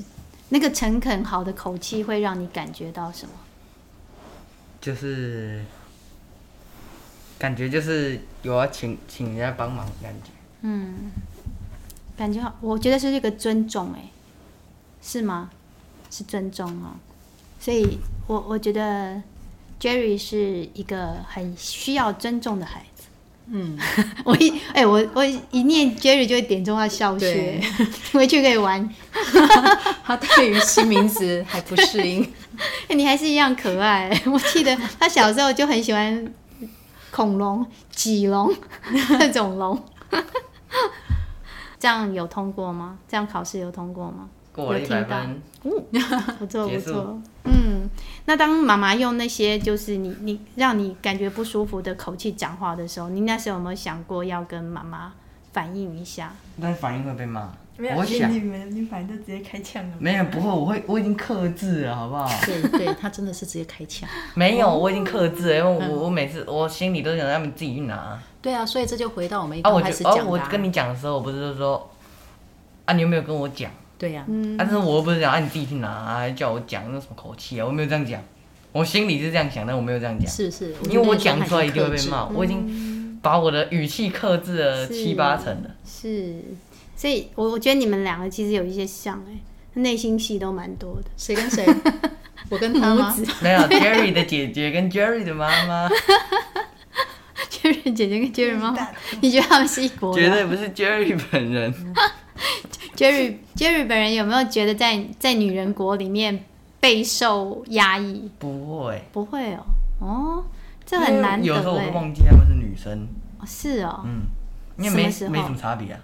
Speaker 1: 那个诚恳好的口气会让你感觉到什么？
Speaker 2: 就是感觉就是有要请请人家帮忙的感觉。
Speaker 1: 感觉好，我觉得是一个尊重、欸，哎，是吗？是尊重哦。所以我我觉得 Jerry 是一个很需要尊重的孩子。
Speaker 3: 嗯，
Speaker 1: <laughs> 我一哎、我我一念 Jerry 就会点中他小学， <laughs> 回去可以玩。
Speaker 3: 他对于新名字还不适应，
Speaker 1: 哎 <laughs> 你还是一样可爱。 <laughs> 我记得他小时候就很喜欢恐龙、脊 <laughs> 龙那种龙。 <laughs> 这样有通过吗？这样考试有通过吗？
Speaker 2: 过了
Speaker 1: 有
Speaker 2: 一
Speaker 1: 听
Speaker 2: 百
Speaker 1: 到
Speaker 2: 分，
Speaker 1: 不错不
Speaker 2: 结束
Speaker 1: 错，嗯，那当妈妈用那些就是你你让你感觉不舒服的口气讲话的时候，你那时候有没有想过要跟妈妈反映一下？
Speaker 2: 但是反应会被骂。
Speaker 4: 没有，
Speaker 2: 我
Speaker 4: 你
Speaker 2: 想
Speaker 4: 你们你反正就直接开枪了。
Speaker 2: 没有，不会，我会，我已经克制了，好不好？
Speaker 3: 对对，他真的 <laughs> 是直接开枪。
Speaker 2: 没有，我已经克制了，因为我我每次我心里都想让他们自己去拿。
Speaker 3: 对啊，所以这就回到我们一
Speaker 2: 啊，我
Speaker 3: 刚开
Speaker 2: 就
Speaker 3: 始讲
Speaker 2: 哦
Speaker 3: 的、，啊
Speaker 2: 我跟你讲的时候，我不是就说啊，你有没有跟我讲？
Speaker 3: 对呀、
Speaker 2: 啊但是我又不是讲啊，你自己去拿啊，叫我讲那什么口气啊，我没有这样讲，我心里是这样想，但我没有这样讲，
Speaker 3: 是是，
Speaker 2: 因为我
Speaker 3: 就跟你
Speaker 2: 讲
Speaker 3: 说
Speaker 2: 出来
Speaker 3: 他
Speaker 2: 一
Speaker 3: 已
Speaker 2: 定会
Speaker 3: 经克
Speaker 2: 被
Speaker 3: 制
Speaker 2: 骂，我已经把我的语气克制了
Speaker 1: 是
Speaker 2: 七八成了。
Speaker 1: 是，所以我我觉得你们两个其实有一些像哎、内心戏都蛮多的。 <laughs>
Speaker 3: 谁跟谁？ <laughs> 我跟他吗？
Speaker 2: 没有 Jerry 的姐姐跟 Jerry 的妈妈，
Speaker 1: 杰瑞姐姐跟杰瑞妈
Speaker 4: 啊
Speaker 1: 妈， <laughs> 你觉得他们是一国
Speaker 2: <laughs> 绝
Speaker 1: 的
Speaker 2: 对不是 Jerry 本人。
Speaker 1: 杰瑞杰瑞本人有没有觉得在在女人国里面备受压抑？
Speaker 2: 不会，
Speaker 1: 不会哦，哦，这很难
Speaker 2: 因为有时候
Speaker 1: 得
Speaker 2: 我
Speaker 1: 哎、
Speaker 2: 会忘记他们是女生，
Speaker 1: 哦是哦，
Speaker 2: 嗯，因为
Speaker 1: 什么
Speaker 2: 没
Speaker 1: 时候
Speaker 2: 没什么差别啊。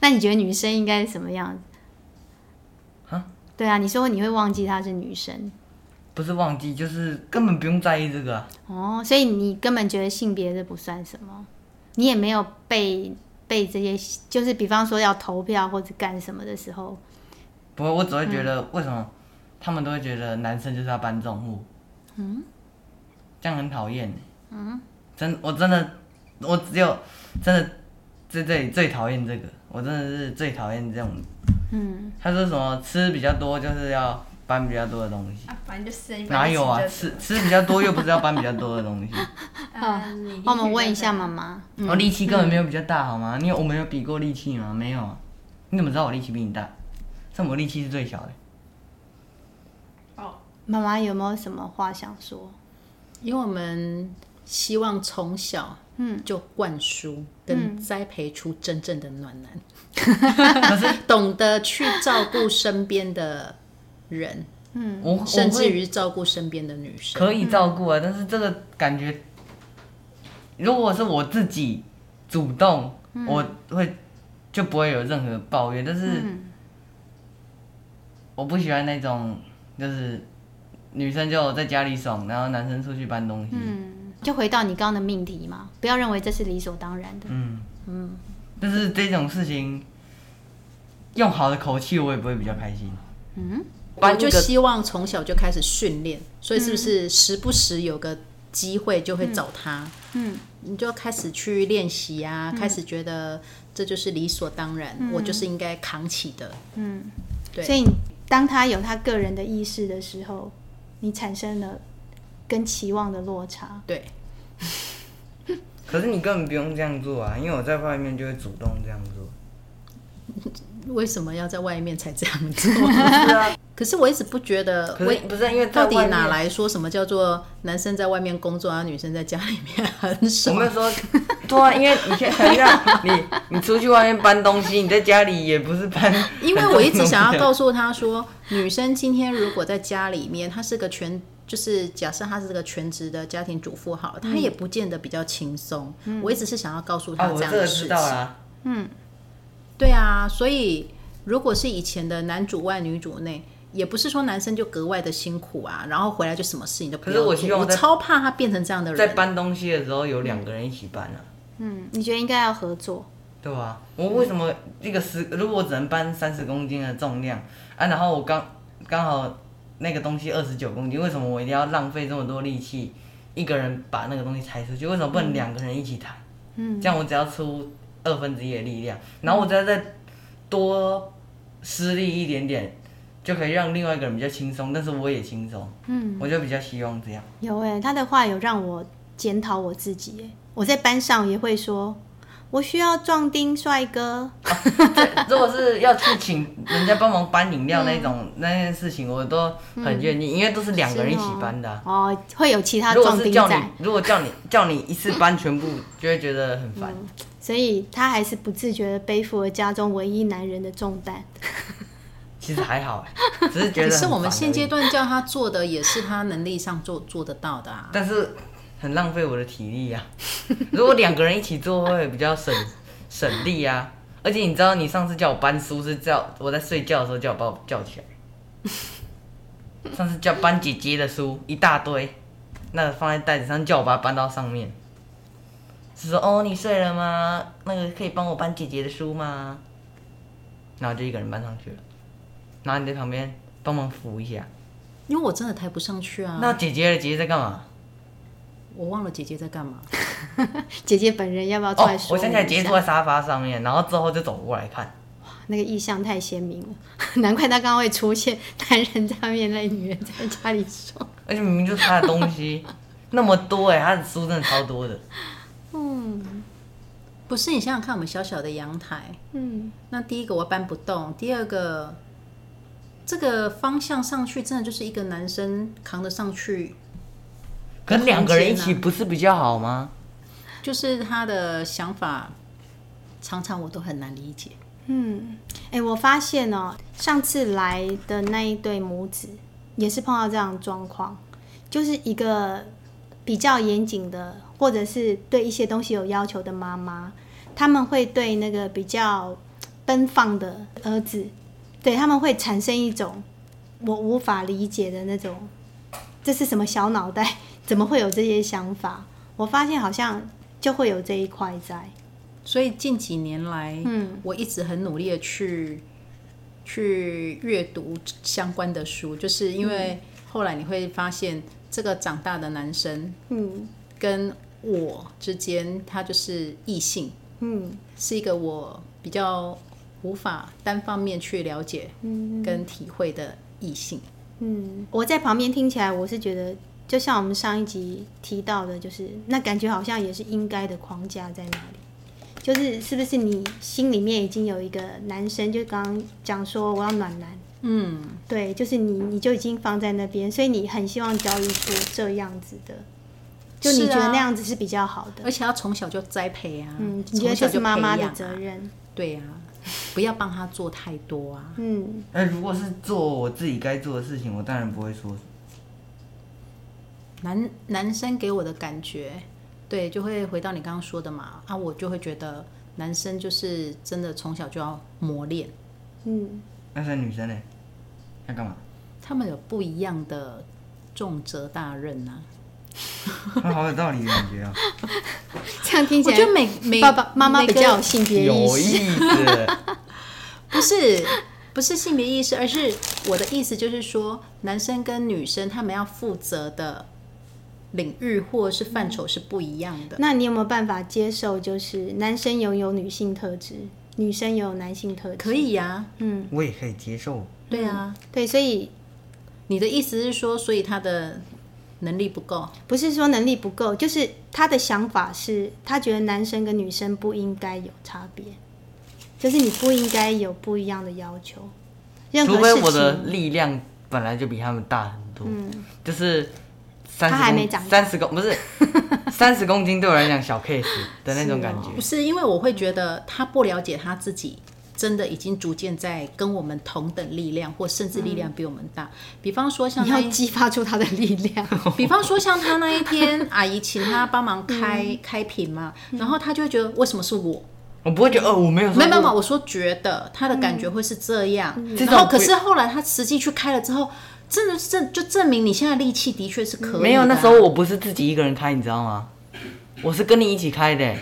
Speaker 1: 那你觉得女生应该是什么样子？
Speaker 2: 啊？
Speaker 1: 对啊，你说你会忘记她是女生
Speaker 2: 不是忘记，就是根本不用在意这个、啊。
Speaker 1: 哦，所以你根本觉得性别这不算什么，你也没有被被这些，就是比方说要投票或者干什么的时候，
Speaker 2: 不会，我只会觉得为什么他们都会觉得男生就是要搬重物，嗯，这样很讨厌。嗯，真我真的我只有真的在这里最讨厌这个，我真的是最讨厌这种。嗯，他说什么吃比较多就是要搬比较多的东西，
Speaker 4: 啊，反正就是
Speaker 2: 哪有啊？吃吃比较多又不是要搬比较多的东西。
Speaker 4: 啊，
Speaker 1: 那我们问一下妈妈，
Speaker 2: 我、力气根本没有比较大，好吗？你有我们有比过力气吗？没有啊。你怎么知道我力气比你大？像我力气是最小的。
Speaker 4: 哦，
Speaker 1: 妈妈有没有什么话想说？
Speaker 3: 因为我们希望从小嗯就灌输
Speaker 2: 嗯
Speaker 3: 跟栽培出真正的暖男， <laughs> 懂得去照顾身边的人，
Speaker 2: 我我
Speaker 3: 甚至
Speaker 2: 会
Speaker 3: 于照顾身边的女生。
Speaker 2: 可以照顾
Speaker 3: 嗯
Speaker 2: 啊，但是这个感觉，如果是我自己主动，
Speaker 3: 嗯
Speaker 2: 我会就不会有任何抱怨，但是
Speaker 3: 嗯
Speaker 2: 我不喜欢那种就是女生就在家里爽，然后男生出去搬东西，
Speaker 3: 嗯
Speaker 1: 就回到你刚刚的命题嘛，不要认为这是理所当然的。
Speaker 2: 嗯但是这种事情用好的口气，我也不会比较开心。
Speaker 3: 我
Speaker 2: 搬一
Speaker 3: 就
Speaker 2: 个嗯
Speaker 3: 希望从小就开始训练，所以是不是时不时有个机会就会找他？
Speaker 1: 嗯，
Speaker 3: 你就开始去练习啊，
Speaker 2: 嗯
Speaker 3: 开始觉得这就是理所当然，我就是应该扛起的。对
Speaker 1: 所以你当他有他个人的意识的时候，你产生了跟期望的落差。
Speaker 3: 对，
Speaker 2: 可是你根本不用这样做啊，因为我在外面就会主动这样
Speaker 3: <laughs>
Speaker 2: 做。
Speaker 3: 为什么要在外面才这样做？
Speaker 2: 是啊，
Speaker 3: 可是我一直不觉得，
Speaker 2: 可
Speaker 3: 我
Speaker 2: 是不是啊因为在
Speaker 3: 到底
Speaker 2: 外面
Speaker 3: 啊哪来说什么叫做男生在外面工作，然后女生在家里面很
Speaker 2: 我
Speaker 3: 爽？
Speaker 2: 们说，对啊，因为你先想一下，你你出去外面搬东西，你在家里也不是搬。
Speaker 3: 因为我一直想要告
Speaker 2: 诉，
Speaker 3: 诉
Speaker 2: <laughs>
Speaker 3: 他说，女生今天如果在家里面，她是个全，就是假设她是个全职的家庭主妇好了，她也不见得比较轻松。我一直是想要告诉她
Speaker 2: 啊，嗯我
Speaker 3: 这
Speaker 2: 这
Speaker 3: 样的
Speaker 2: 个
Speaker 3: 事
Speaker 2: 知
Speaker 3: 情。
Speaker 2: 道啦。
Speaker 3: 对啊，所以如果是以前的男主外女主内。也不是说男生就格外的辛苦啊，然后回来就什么事情都不
Speaker 2: 可
Speaker 3: 要
Speaker 2: 是
Speaker 3: 做。
Speaker 2: 我
Speaker 3: 我
Speaker 2: 希望在
Speaker 3: 超怕他变成这样的
Speaker 2: 在
Speaker 3: 人。
Speaker 2: 搬东西的时候有两个人一起搬啊，
Speaker 1: 嗯，你觉得应该要合作？
Speaker 2: 对吧、我为什么一个十，如果我只能搬三十公斤的重量啊，然后我刚刚好那个东西二十九公斤，为什么我一定要浪费这么多力气，一个人把那个东西抬出去？为什么不能两个人一起抬？嗯，这样我只要出二分之一的力量，然后我只要再多施力一点点，就可以让另外一个人比较轻松，但是我也轻松。嗯，我就比较希望这样。
Speaker 1: 有哎、他的话有让我检讨我自己哎、我在班上也会说，我需要壮丁帅哥，
Speaker 2: <laughs> 如果是要去请人家帮忙搬饮料那种、
Speaker 1: 嗯
Speaker 2: 那件事情，我都很愿意，因为都是两个人一起搬的啊、
Speaker 1: 哦，哦会有其他
Speaker 2: 如果
Speaker 1: 壮
Speaker 2: 是
Speaker 1: 丁
Speaker 2: 叫你
Speaker 1: 在，，
Speaker 2: 如果叫你叫你一次搬全部，就会觉得很烦。
Speaker 1: 所以他还是不自觉的背负了家中唯一男人的重担。
Speaker 2: 其实还好、欸只是觉
Speaker 3: 可
Speaker 2: 得。
Speaker 3: 是我们现阶，段叫他做的，也是他能力上做做得到的啊。
Speaker 2: 但是很浪费我的体力呀、 <laughs> 如果两个人一起做，会比较省省力呀、而且你知道，你上次叫我搬书是叫我在睡觉的时候叫我把我叫起来。上次叫搬姐姐的书一大堆，那个放在袋子上，叫我把它搬到上面。是说哦，你睡了吗？那个可以帮我搬姐姐的书吗？然后就一个人搬上去了，然后你在旁边帮忙扶一下。
Speaker 3: 因为我真的抬不上去啊。
Speaker 2: 那姐姐的姐姐在干嘛？
Speaker 3: 我忘了姐姐在干嘛。
Speaker 1: 姐姐本人要不要出
Speaker 2: 哦
Speaker 1: 来，说
Speaker 2: 我
Speaker 1: 明一下？
Speaker 2: 想起来，姐姐坐在沙发上面，然后之后就走过来看。
Speaker 1: 那个意象太鲜明了，难怪他刚刚会出现男人在外面累，女人在家里爽。
Speaker 2: 而且明明就是他的东西 <laughs> 那么多哎、他的书真的超
Speaker 1: <laughs>
Speaker 2: 多的。
Speaker 3: 不是，你想想看，我们小小的阳台，
Speaker 1: 嗯，
Speaker 3: 那第一个我搬不动，第二个这个方向上去，真的就是一个男生扛得上去，
Speaker 2: 可是两个人一
Speaker 3: 空
Speaker 2: 起
Speaker 3: 间啊
Speaker 2: 不是比较好吗？
Speaker 3: 就是他的想法，常常我都很难理解。
Speaker 1: 哎、我发现哦，上次来的那一对母子也是碰到这样的状况，就是一个比较严谨的，或者是对一些东西有要求的妈妈，他们会对那个比较奔放的儿子，对他们会产生一种我无法理解的那种，这是什么小脑袋？ <laughs> 怎么会有这些想法？我发现好像就会有这一块在，
Speaker 3: 所以近几年来，
Speaker 1: 嗯，
Speaker 3: 我一直很努力的去去阅读相关的书，就是因
Speaker 1: 嗯
Speaker 3: 为后来你会发现，这个长大的男生
Speaker 1: 嗯
Speaker 3: 跟我之间，他就是异性，
Speaker 1: 嗯
Speaker 3: 是一个我比较无法单方面去了解
Speaker 1: 嗯
Speaker 3: 跟体会的异性。
Speaker 1: 嗯，我在旁边听起来，我是觉得，就像我们上一集提到的，就是那感觉好像也是应该的框架在哪里。就是是不是你心里面已经有一个男生，就刚刚讲说我要暖男，
Speaker 3: 嗯，
Speaker 1: 对，就是你你就已经放在那边，所以你很希望交易出这样子的，就你
Speaker 3: 是
Speaker 1: 觉
Speaker 3: 啊
Speaker 1: 得那样子是啊比较好的，
Speaker 3: 而且要从小就栽培啊，
Speaker 1: 嗯，你觉
Speaker 3: 从
Speaker 1: 得这
Speaker 3: 小就是
Speaker 1: 妈妈的
Speaker 3: 培养
Speaker 1: 责
Speaker 3: 啊，
Speaker 1: 任，
Speaker 3: 对呀、啊，不要帮他做太多啊。
Speaker 1: 嗯，
Speaker 2: 哎、如果是做我自己该做的事情，我当然不会说。
Speaker 3: 男男生给我的感觉，对，就会回到你刚刚说的嘛，啊，我就会觉得男生就是真的从小就要磨练，
Speaker 1: 嗯，
Speaker 2: 那是女生呢、欸要干嘛？
Speaker 3: 他们有不一样的重责大任啊呐、
Speaker 2: 那好有道理的感
Speaker 1: <laughs>
Speaker 2: 觉啊，
Speaker 1: <laughs> 这样听起
Speaker 3: 我
Speaker 1: 来，
Speaker 3: 觉得每每
Speaker 1: 爸爸妈妈
Speaker 3: 每个
Speaker 1: 比较有性别意
Speaker 2: 有
Speaker 1: 识，
Speaker 2: 意思。
Speaker 3: 不是不是性别意识，而是我的意思就是说，男生跟女生他们要负责的领域或是范畴是不一样的。
Speaker 1: 那你有没有办法接受，就是男生拥有女性特质，女生也有男性特质？
Speaker 3: 可，以呀、
Speaker 1: <laughs> 嗯，
Speaker 2: 我也可以接受。
Speaker 3: 对啊，
Speaker 1: 对，所以
Speaker 3: 你的意思是说，所以他的能力不够，
Speaker 1: 不是说能力不够，就是他的想法是，他觉得男生跟女生不应该有差别，就是你不应该有不一样的要求。任何
Speaker 2: 除
Speaker 1: 事
Speaker 2: 非
Speaker 1: 情，
Speaker 2: 我的力量本来就比他们大很多，就是三
Speaker 1: 嗯
Speaker 2: 十
Speaker 1: 他还没
Speaker 2: 公
Speaker 1: 长大
Speaker 2: 三十公不是三十公斤对我来讲小 case 的那种感
Speaker 1: 哦
Speaker 2: 觉
Speaker 3: 不。是因为我会觉得他不了解他自己，真的已经逐渐在跟我们同等力量，或甚至力量比我们大。比方说像
Speaker 1: 你
Speaker 3: 那
Speaker 1: 要
Speaker 3: 一
Speaker 1: 激发出他的力量。
Speaker 2: <laughs>
Speaker 3: 比方说像他那一天， <laughs> 阿姨请他帮忙开、
Speaker 2: 嗯
Speaker 3: 开瓶嘛，然后他就会觉得为什么是我？
Speaker 2: 我不会觉得哦，我没有说
Speaker 3: 没有没有，没
Speaker 2: 过
Speaker 3: 有我说觉得他的感觉会是这样，
Speaker 2: 嗯这
Speaker 3: 然后
Speaker 2: 种
Speaker 3: 可
Speaker 2: 不
Speaker 3: 是后来他实际去开了之后，真的是证就证明你现在力气的确是可以的啊、
Speaker 2: 没有，那时候我不是自己一个人开，你知道吗？我是跟你一起开的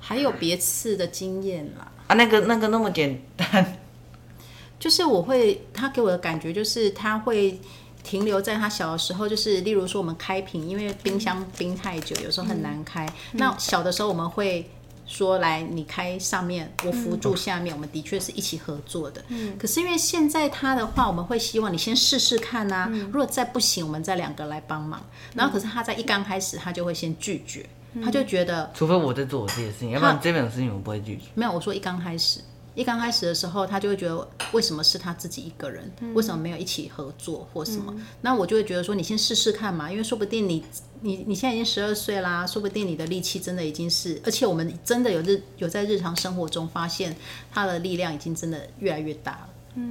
Speaker 3: 还有别次的经验啦。
Speaker 2: 啊，那个那个那么简单，
Speaker 3: 就是我会，他给我的感觉就是他会停留在他小的时候，就是例如说我们开瓶，因为冰箱冰太久，有时候很难开。那小的时候我们会说，来你开上面，我扶住下面，我们的确是一起合作的。可是因为现在他的话，我们会希望你先试试看啊，如果再不行，我们再两个来帮忙。然后可是他在一刚开始，他就会先拒绝，他就觉得
Speaker 2: 除非我在做我自己的事情，要不然这种事情我不会拒绝。
Speaker 3: 没有，我说一刚开始，一刚开始的时候，他就会觉得为什么是他自己一个人，
Speaker 2: 嗯
Speaker 3: 为什么没有一起合作或什么？那我就会觉得说，你先试试看嘛，因为说不定你你你现在已经十二岁啦，说不定你的力气真的已经是，而且我们真的有日有在日常生活中发现他的力量已经真的越来越大了。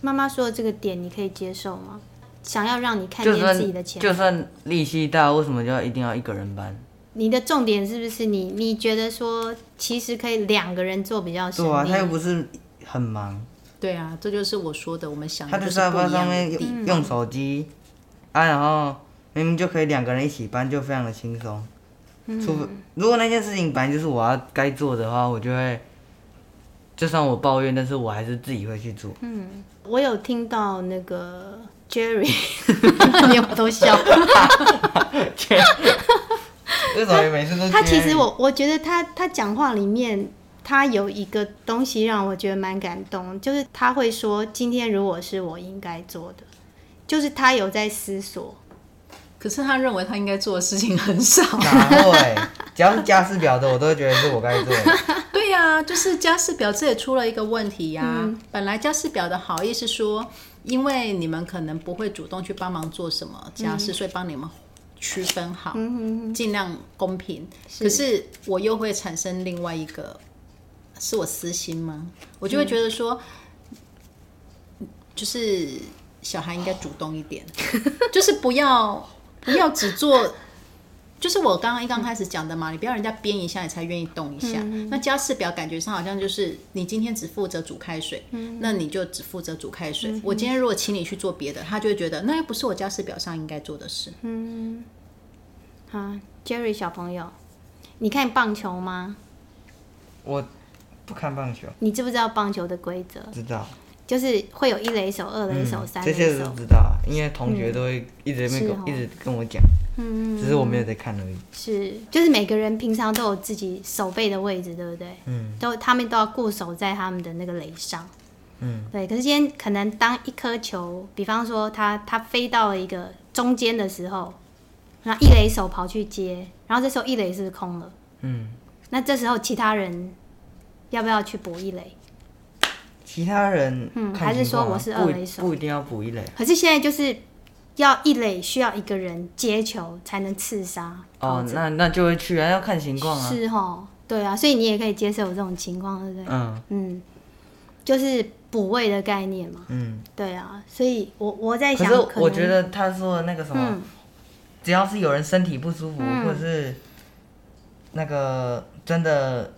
Speaker 1: 妈妈说的这个点，你可以接受吗？想要让你看
Speaker 2: 就
Speaker 1: 见自己的
Speaker 2: 算
Speaker 1: 潜
Speaker 2: 就算力气大，为什么就要一定要一个人搬？
Speaker 1: 你的重点是不是你？你觉得说，其实可以两个人做比较哦省
Speaker 2: 对啊，
Speaker 1: 力
Speaker 2: 他又不是很忙，
Speaker 3: 对啊，这就是我说的，我们想
Speaker 2: 他
Speaker 3: 的
Speaker 2: 在
Speaker 3: 就是
Speaker 2: 沙
Speaker 3: 不一
Speaker 2: 发
Speaker 3: 样
Speaker 2: 上
Speaker 3: 的
Speaker 2: 面
Speaker 3: 地 <laughs> 方
Speaker 2: 用用手机，啊，然后明明就可以两个人一起搬，就非常的轻松。除非如果那件事情本来就是我要该做的话，我就会，就算我抱怨，但是我还是自己会去做。
Speaker 1: 我有听到那个 Jerry，连我都笑。
Speaker 2: <laughs> 为什么每次都
Speaker 1: <laughs> 他其实
Speaker 2: 哦 Jerry？
Speaker 1: 我我觉得他他讲话里面，他有一个东西让我觉得蛮感动，就是他会说今天如果是我应该做的，就是他有在思索。
Speaker 3: 可是他认为他应该做的事情很少。
Speaker 2: 哪会？欸 <laughs> 只要是家事表的，我都会觉得是我该做的。
Speaker 3: <laughs> 对呀、就是家事表这也出了一个问题呀、本来家事表的好意是说，因为你们可能不会主动去帮忙做什么家事，所以帮你们区分好，尽量公平。可是我又会产生另外一个，是我私心吗？我就会觉得说，就是小孩应该主动一点，就是不要不要只做就是我刚刚一刚开始讲的
Speaker 1: 嗯
Speaker 3: 嘛，你不要人家编一下你才愿意动一下。那家事表感觉上好像就是你今天只负责煮开水，
Speaker 1: 嗯
Speaker 3: 那你就只负责煮开水。我今天如果请你去做别的，他就会觉得那又不是我家事表上应该做的事。
Speaker 1: 嗯啊，Jerry 小朋友，你看棒球吗？
Speaker 2: 我不看棒球，
Speaker 1: 你知不知道棒球的规则？
Speaker 2: 知道。
Speaker 1: 就是会有一垒手、二垒手、
Speaker 2: 嗯
Speaker 1: 三
Speaker 2: 这
Speaker 1: 垒
Speaker 2: 些
Speaker 1: 手
Speaker 2: 都。知道，啊，因为同学都会一直在那
Speaker 1: 是
Speaker 2: 边跟
Speaker 1: 哦
Speaker 2: 我一直跟我讲，
Speaker 1: 嗯，
Speaker 2: 只是我没有在看而已。
Speaker 1: 是，就是每个人平常都有自己手背的位置，对不对？
Speaker 2: 嗯，
Speaker 1: 都他们都要固守在他们的那个垒上。
Speaker 2: 嗯，
Speaker 1: 对。可是今天可能当一颗球，比方说它它飞到了一个中间的时候，然后一垒手跑去接，然后这时候一垒是不是空了？
Speaker 2: 嗯，
Speaker 1: 那这时候其他人要不要去补一垒？
Speaker 2: 其他人
Speaker 1: 嗯
Speaker 2: 看
Speaker 1: 还是
Speaker 2: 情况
Speaker 1: 说我
Speaker 2: 啊
Speaker 1: 是
Speaker 2: 不
Speaker 1: 二
Speaker 2: 一
Speaker 1: 垒手
Speaker 2: 不一定要补一垒
Speaker 1: 可是现在就是要一垒需要一个人接球才能刺杀跑
Speaker 2: 哦，
Speaker 1: 者。
Speaker 2: 那那就会去啊，要看情况啊。
Speaker 1: 是哦，对啊，所以你也可以接受有这种情况，对不对？
Speaker 2: 嗯
Speaker 1: 嗯，就是补位的概念嘛。
Speaker 2: 嗯，
Speaker 1: 对啊，所以我我在
Speaker 2: 可
Speaker 1: 想，
Speaker 2: 是
Speaker 1: 可能
Speaker 2: 我觉得啊他说的那个什么
Speaker 1: 嗯，
Speaker 2: 只要是有人身体不舒服，
Speaker 1: 嗯
Speaker 2: 或者是那个真的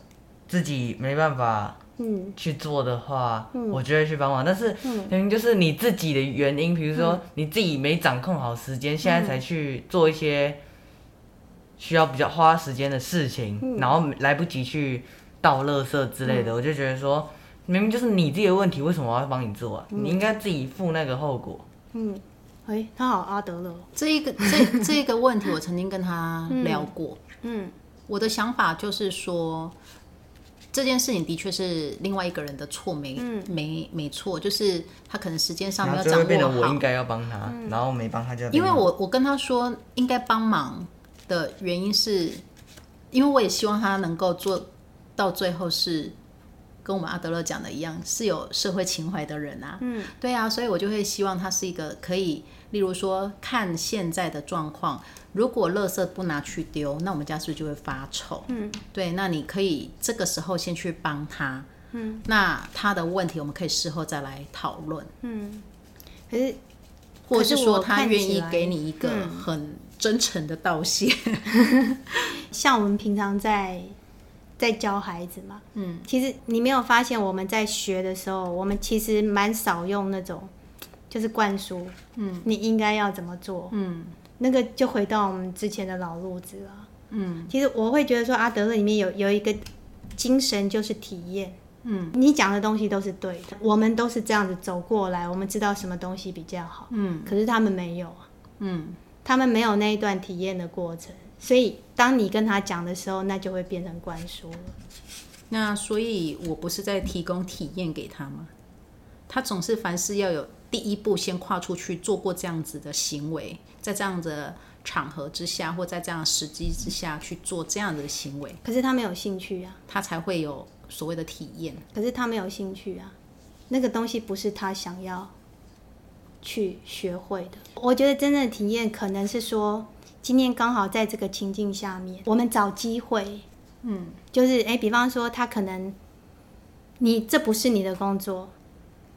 Speaker 2: 自己没办法
Speaker 1: 嗯
Speaker 2: 去做的话，
Speaker 1: 嗯
Speaker 2: 我就会去帮忙。但是明明就是你自己的原因，比如
Speaker 1: 嗯
Speaker 2: 说你自己没掌控好时间，现在才去做一些需要比较花时间的事情，
Speaker 1: 嗯
Speaker 2: 然后来不及去倒垃圾之类的，我就觉得说，明明就是你自己的问题，为什么我要帮你做啊？你应该自己负那个后果。
Speaker 1: 嗯，哎、他好阿德勒哦，
Speaker 3: 这一个这这一个问题，我曾经跟他聊过。
Speaker 1: 嗯
Speaker 3: 我的想法就是说，这件事情的确是另外一个人的错，没、
Speaker 1: 嗯
Speaker 3: 没没错，就是他可能时间上
Speaker 2: 然
Speaker 3: 没
Speaker 2: 后
Speaker 3: 有
Speaker 2: 最
Speaker 3: 掌
Speaker 2: 后
Speaker 3: 握
Speaker 2: 变得我
Speaker 3: 好
Speaker 2: 应。该要帮他，
Speaker 1: 嗯
Speaker 2: 然后没帮他就要被
Speaker 3: 因为
Speaker 2: 骂
Speaker 3: 我我跟他说应该帮忙的原因是，因为我也希望他能够做到最后是跟我们阿德勒讲的一样，是有社会情怀的人啊。嗯，对啊，所以我就会希望他是一个可以，例如说看现在的状况，如果垃圾不拿去丢，那我们家是不是就会发臭？嗯，对，那你可以这个时候先去帮他。嗯，那他的问题我们可以事后再来讨论，
Speaker 1: 嗯可是
Speaker 3: 或
Speaker 1: 可
Speaker 3: 者
Speaker 1: 是
Speaker 3: 说
Speaker 1: 我
Speaker 3: 他
Speaker 1: 看
Speaker 3: 愿
Speaker 1: 起
Speaker 3: 意
Speaker 1: 来
Speaker 3: 给你一个很真诚的道谢。 <laughs>
Speaker 1: 像我们平常在在教孩子嘛，嗯，其实你没有发现我们在学的时候，我们其实蛮少用那种就是灌输，嗯，你应该要怎么做，嗯，那个就回到我们之前的老路子了，嗯，其实我会觉得说阿德勒里面有有一个精神就是体验。嗯，你讲的东西都是对的，我们都是这样子走过来，我们知道什么东西比较好。嗯，可是他们没有啊。
Speaker 3: 嗯
Speaker 1: 他们没有那一段体验的过程，所以当你跟他讲的时候，那就会变成灌输了。
Speaker 3: 那所以，我不是在提供体验给他吗？他总是凡事要有第一步，先跨出去做过这样子的行为，在这样的场合之下，或在这样的时机之下去做这样的行为，
Speaker 1: 可是他没有兴趣啊，
Speaker 3: 他才会有所谓的体验。
Speaker 1: 可是他没有兴趣啊，那个东西不是他想要去学会的。我觉得真正的体验可能是说，今天刚好在这个情境下面，我们找机会，嗯，就是诶，比方说他可能你这不是你的工作，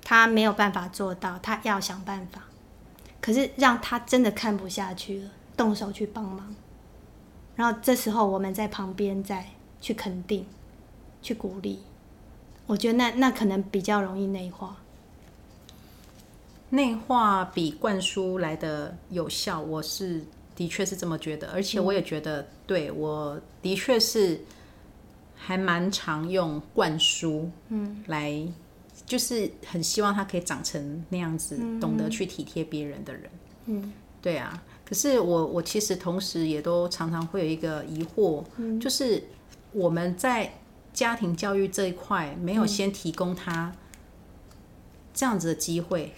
Speaker 1: 他没有办法做到，他要想办法。可是让他真的看不下去了，动手去帮忙。然后这时候我们在旁边再去肯定、去鼓励，我觉得那那可能比较容易内化。
Speaker 3: 内化比灌输来的有效，我是的确是这么觉得，而且我也觉得，对我的确是还蛮常用灌输，嗯，来就是很希望他可以长成那样子，懂得去体贴别人的人，嗯，对啊。可是我我其实同时也都常常会有一个疑惑，就是我们在家庭教育这一块没有先提供他这样子的机会。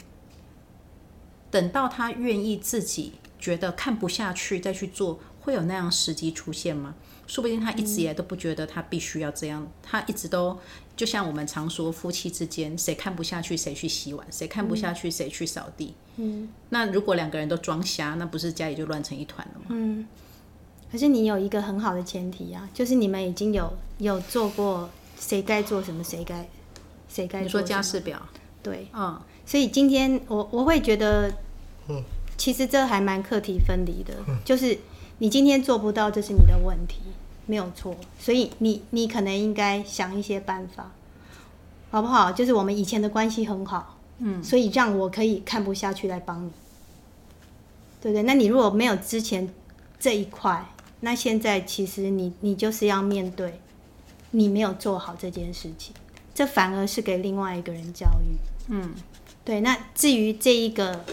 Speaker 3: 等到他愿意自己觉得看不下去再去做，会有那样时机出现吗？说不定他
Speaker 1: 嗯
Speaker 3: 一直以来都不觉得他必须要这样，他一直都就像我们常说，夫妻之间谁看不下去谁去洗碗，谁看不
Speaker 1: 嗯
Speaker 3: 下去谁去扫地。嗯，那如果两个人都装瞎，那不是家里就乱成一团了
Speaker 1: 嗯
Speaker 3: 吗？
Speaker 1: 可是你有一个很好的前提啊，就是你们已经有有做过谁该做什么，谁该谁该
Speaker 3: 你
Speaker 1: 做
Speaker 3: 说
Speaker 1: 什
Speaker 3: 家
Speaker 1: 么
Speaker 3: 事表，
Speaker 1: 对，
Speaker 3: 嗯，
Speaker 1: 所以今天我我会觉得，其实这还蛮课题分离的，就是你今天做不到，这是你的问题，没有错。所以你你可能应该想一些办法，好不好？就是我们以前的关系很好，嗯，所以让我可以看不下去来帮你，对不对？那你如果没有之前这一块，那现在其实你你就是要面对你没有做好这件事情，这反而是给另外一个人教育。
Speaker 3: 嗯
Speaker 1: 对，那至于这一个，